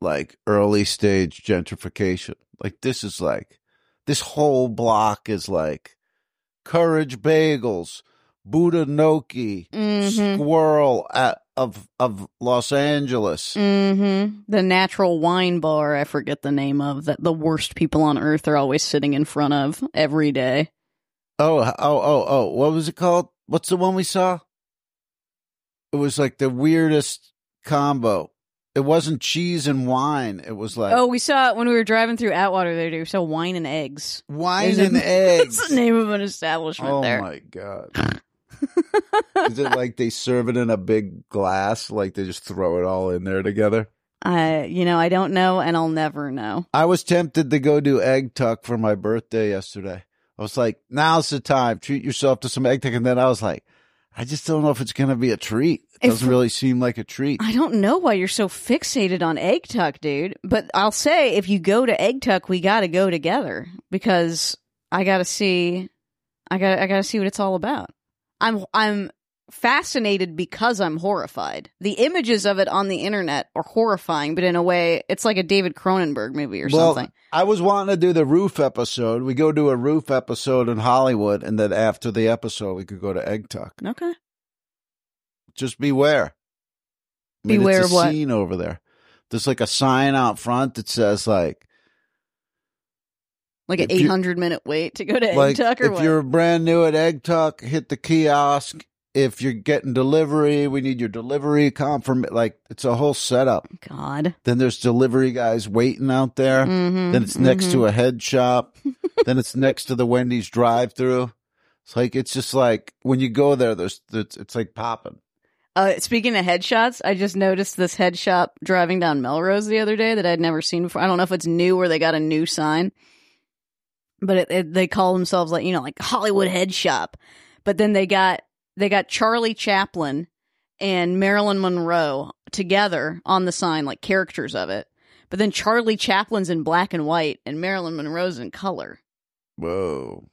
A: like early stage gentrification. Like this is like this whole block is like Courage Bagels, Buddha Noki,
B: Mm-hmm.
A: Squirrel uh, of of Los Angeles.
B: Mm-hmm. The natural wine bar. I forget the name of that. The worst people on earth are always sitting in front of every day.
A: Oh, oh, oh, oh. What was it called? What's the one we saw? It was like the weirdest combo. It wasn't cheese and wine. It was like
B: Oh, we saw it when we were driving through Atwater the other day. We saw wine and eggs.
A: wine
B: there's
A: and
B: a-
A: eggs.
B: That's the name of an establishment
A: oh
B: there.
A: my god. Is it like they serve it in a big glass? Like they just throw it all in there together?
B: I, you know, I don't know and I'll never know.
A: I was tempted to go do egg tuck for my birthday yesterday. I was like, now's the time. Treat yourself to some egg tuck. And then I was like, I just don't know if it's going to be a treat. It
B: If-
A: doesn't really seem like a treat.
B: I don't know why you're so fixated on Egg Tuck, dude. But I'll say if you go to Egg Tuck, we got to go together because I got to see, I got I got to see what it's all about. I'm I'm fascinated because I'm horrified. The images of it on the internet are horrifying, but in a way, it's like a David Cronenberg movie or
A: Well,
B: something.
A: I was wanting to do the roof episode. We go do a roof episode in Hollywood, and then after the episode, we could go to Egg Tuck.
B: Okay.
A: Just beware. I mean,
B: Beware
A: it's
B: of
A: a
B: what?
A: scene over there. There's like a sign out front that says like,
B: Like an
A: If you-
B: 800 minute wait to go to Egg
A: like
B: Tuck or
A: if
B: what?
A: you're brand new at Egg Tuck, hit the kiosk. If you're getting delivery, we need your delivery confirm. Like it's a whole setup.
B: God.
A: Then there's delivery guys waiting out there.
B: Mhm,
A: Then it's next
B: mhm.
A: to a head shop. then it's next to the Wendy's drive-through. It's like it's just like when you go there, there's, there's it's like popping.
B: Uh, speaking of headshots, I just noticed this headshot driving down Melrose the other day that I'd never seen before. I don't know if it's new or they got a new sign, but it, it, they call themselves like you know like Hollywood Head Shop, but then they got they got Charlie Chaplin and Marilyn Monroe together on the sign like characters of it, but then Charlie Chaplin's in black and white and Marilyn Monroe's in color.
A: Whoa.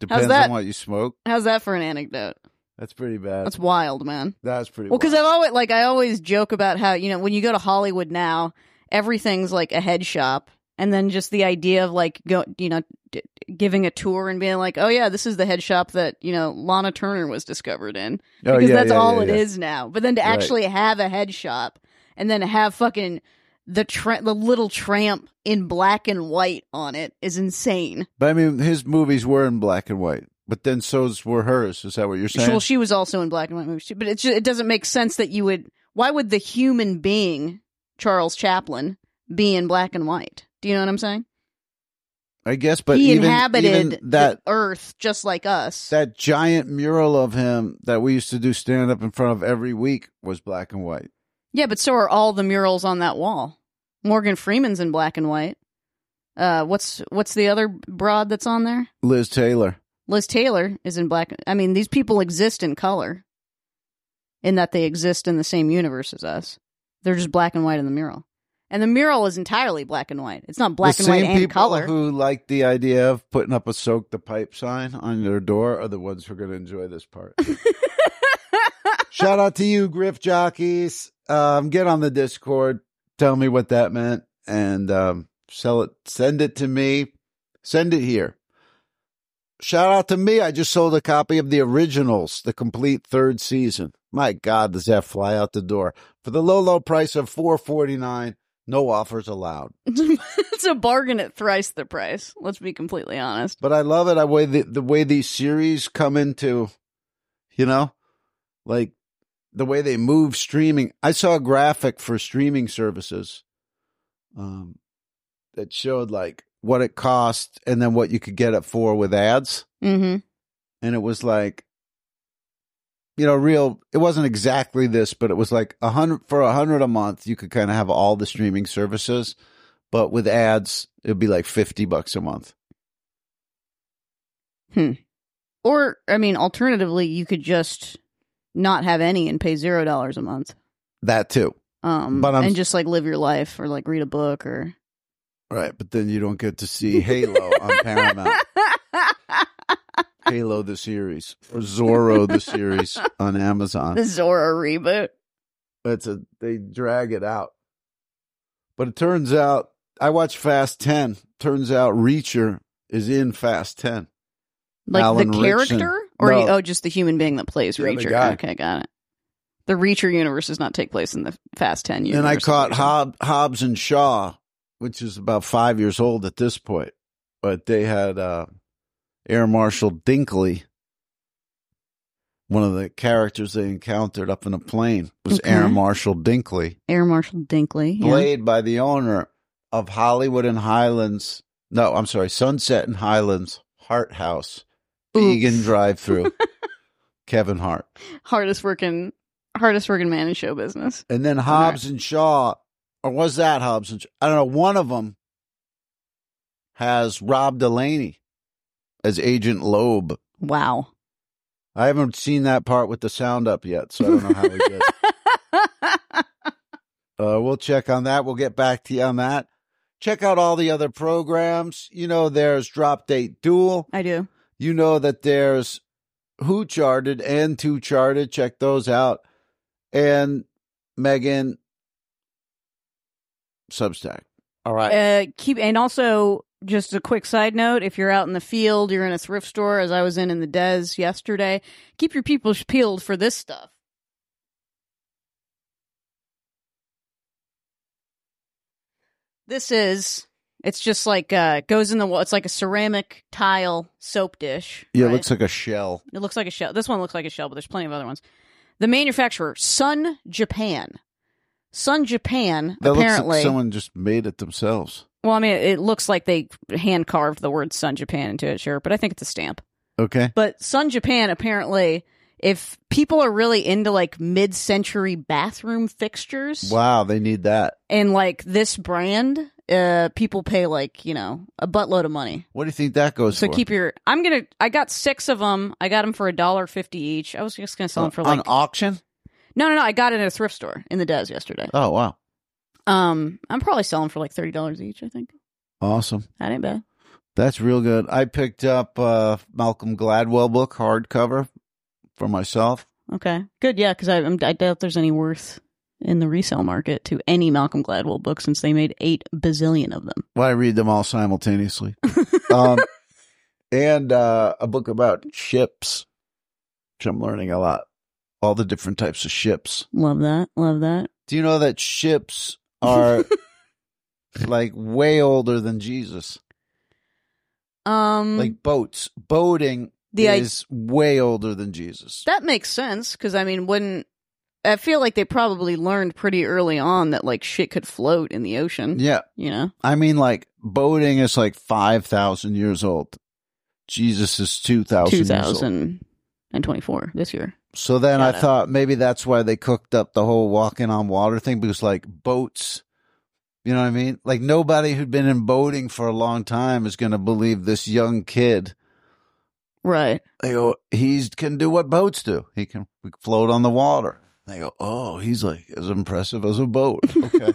A: Depends
B: that?
A: on what you smoke.
B: How's that for an anecdote?
A: That's pretty bad.
B: That's
A: That's,
B: wild, man.
A: pretty.
B: Well, because
A: wild.
B: I've always like I always joke about how you know when you go to Hollywood now, everything's like a head shop, and then just the idea of like go you know d- giving a tour and being like, oh yeah, this is the head shop that you know Lana Turner was discovered in
A: Oh,
B: because
A: yeah,
B: that's
A: yeah,
B: all
A: yeah,
B: it is
A: yeah.
B: now. But then to
A: Right.
B: actually have a head shop and then to have fucking the tra- the little tramp in black and white on it is insane.
A: But I mean, his movies were in black and white, but then so's were hers. Is that what you're saying?
B: Well, she was also in black and white movies too, but it ju- it doesn't make sense that you would. Why would the human being Charles Chaplin be in black and white? Do you know what I'm saying?
A: I guess, but
B: he
A: even,
B: inhabited
A: even that
B: the Earth just like us.
A: that giant mural of him that we used to do stand up in front of every week was black and white.
B: yeah, but so are all the murals on that wall. Morgan Freeman's in black and white. Uh, what's what's the other broad that's on there?
A: Liz Taylor.
B: Liz Taylor is in black. I mean, these people exist in color, in that they exist in the same universe as us. They're just black and white in the mural, and the mural is entirely black and white. It's not black
A: the
B: and white
A: same
B: and
A: people
B: color.
A: who like the idea of putting up a soak the pipe sign on their door are the ones who are going to enjoy this part. Shout out to you, Griff Jockeys. Um, get on the Discord. Tell me what that meant and um, sell it. Send it to me. Send it here. Shout out to me. I just sold a copy of the originals, the complete third season. My God, does that fly out the door for the low, low price of four forty nine? No offers allowed.
B: it's a bargain at thrice the price. Let's be completely honest.
A: But I love it. I way the, the way these series come into, you know, like the way they move streaming. I saw a graphic for streaming services, um, that showed like what it cost and then what you could get it for with ads,
B: Mm-hmm.
A: and it was like, you know, real. It wasn't exactly this, but it was like a hundred for a hundred a month. You could kind of have all the streaming services, but with ads, it'd be like fifty bucks a month.
B: Or I mean, alternatively, you could just not have any and pay zero dollars a month,
A: That too.
B: um,
A: But I'm-
B: and just like live your life or like read a book or.
A: Right, but then you don't get to see Halo on Paramount, Halo the series, or Zorro the series on
B: the
A: Amazon.
B: Zora reboot.
A: It's a they drag it out. But it turns out I watched Fast Ten. Turns out Reacher is in Fast Ten.
B: Like
A: Alan
B: the
A: Rickson.
B: character, or
A: No.
B: you, oh, just the human being that plays
A: The other
B: Reacher.
A: guy.
B: Okay, got it. The Reacher universe does not take place in the Fast Ten universe.
A: and I caught
B: Reacher.
A: Hob- Hobbs and Shaw, which is about five years old at this point, but they had uh, Air Marshal Dinkley. One of the characters they encountered up in a plane was
B: Okay.
A: Air Marshal Dinkley,
B: Air Marshal Dinkley. yeah.
A: played by the owner of Hollywood and Highlands. No, I'm sorry, Sunset and Highlands Hart House
B: Ooh.
A: vegan drive-through. Kevin Hart.
B: hardest working hardest working man in show business.
A: And then Hobbs and Shaw, or was that Hobbs and Shaw? I don't know. One of them has Rob Delaney as Agent Loeb.
B: Wow.
A: I haven't seen that part with the sound up yet, so I don't know how we did. Uh, we'll check on that. We'll get back to you on that. Check out all the other programs. You know, there's Drop Date Duel.
B: I do.
A: You know that there's Who Charted and Two Charted. Check those out. And Megan Substack. All right.
B: Uh, keep and also just a quick side note: if you're out in the field, you're in a thrift store, as I was in in the Des yesterday. Keep your people peeled for this stuff. This is. It's just like uh, goes in the wall. It's like a ceramic tile soap dish.
A: yeah,
B: right?
A: it looks like a shell.
B: It looks like a shell. This one looks like a shell, but there's plenty of other ones. The manufacturer, Sun Japan. Sun Japan,
A: That
B: apparently.
A: looks like someone just made it themselves.
B: well, I mean, it, it looks like they hand carved the word Sun Japan into it, sure, but I think it's a stamp.
A: Okay.
B: But Sun Japan, apparently, if people are really into like mid century bathroom fixtures
A: Wow, they need that.
B: and like this brand, uh, people pay like, you know, a buttload of money.
A: What do you think that goes
B: So
A: for?
B: keep your. I'm gonna. I got six of them. I got them for a dollar fifty each. I was just gonna sell them for
A: Uh, on
B: like.
A: auction?
B: No, no, no. I got it at a thrift store in the Des yesterday.
A: Oh wow,
B: Um, I'm probably selling for like thirty dollars each. I think
A: awesome!
B: that ain't bad.
A: That's real good. I picked up uh Malcolm Gladwell book hardcover for myself.
B: Okay, good. Yeah, because I, I'm- I doubt there's any worth in the resale market to any Malcolm Gladwell book since they made eight bazillion of them.
A: Well, I read them all simultaneously, um, and uh, a book about ships, which I'm learning a lot. All the different types of ships.
B: Love that. Love that.
A: Do you know that ships are like way older than Jesus?
B: Um,
A: Like boats, boating
B: the idea.
A: is way older than Jesus.
B: That makes sense because I mean, wouldn't I feel like they probably learned pretty early on that like shit could float in the ocean.
A: yeah,
B: You know.
A: I mean, like boating is like five thousand years old. Jesus is two thousand. Two thousand.
B: 2024 this year.
A: So then I
B: Got it.
A: thought maybe that's why they cooked up the whole walking on water thing because like boats, you know what I mean? Like nobody who'd been in boating for a long time is going to believe this young kid.
B: Right.
A: They go, he's can do what boats do. He can we can float on the water. They go, oh, he's like as impressive as a boat. Okay.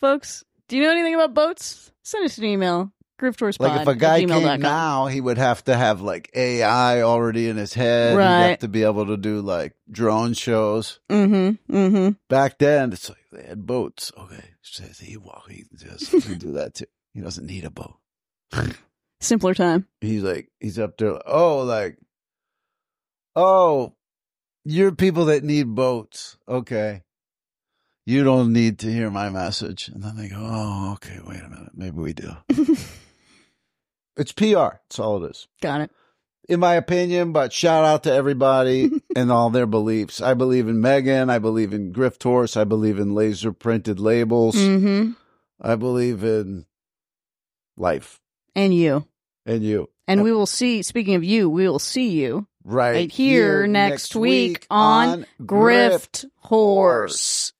B: Folks, do you know anything about boats? Send us an email. Grifttourspod
A: Like if a guy came now, he would have to have like AI already in his head. He'd have
B: Right.
A: to be able to do like drone shows.
B: Mm-hmm. Mm-hmm.
A: Back then, it's like they had boats. Okay, says he walk. He just he can do that too. He doesn't need a boat.
B: Simpler time.
A: He's like he's up there. Oh, like oh, you're people that need boats. Okay, you don't need to hear my message. And then they go, oh, okay, wait a minute, maybe we do. It's PR. That's all it is.
B: Got it.
A: in my opinion, but shout out to everybody and all their beliefs. I believe in Megan. I believe in Grift Horse. I believe in laser printed labels.
B: Mm-hmm.
A: I believe in life
B: And you.
A: and you.
B: And we will see. Speaking of you, we will see you
A: Right
B: Right here next week on Grift Horse.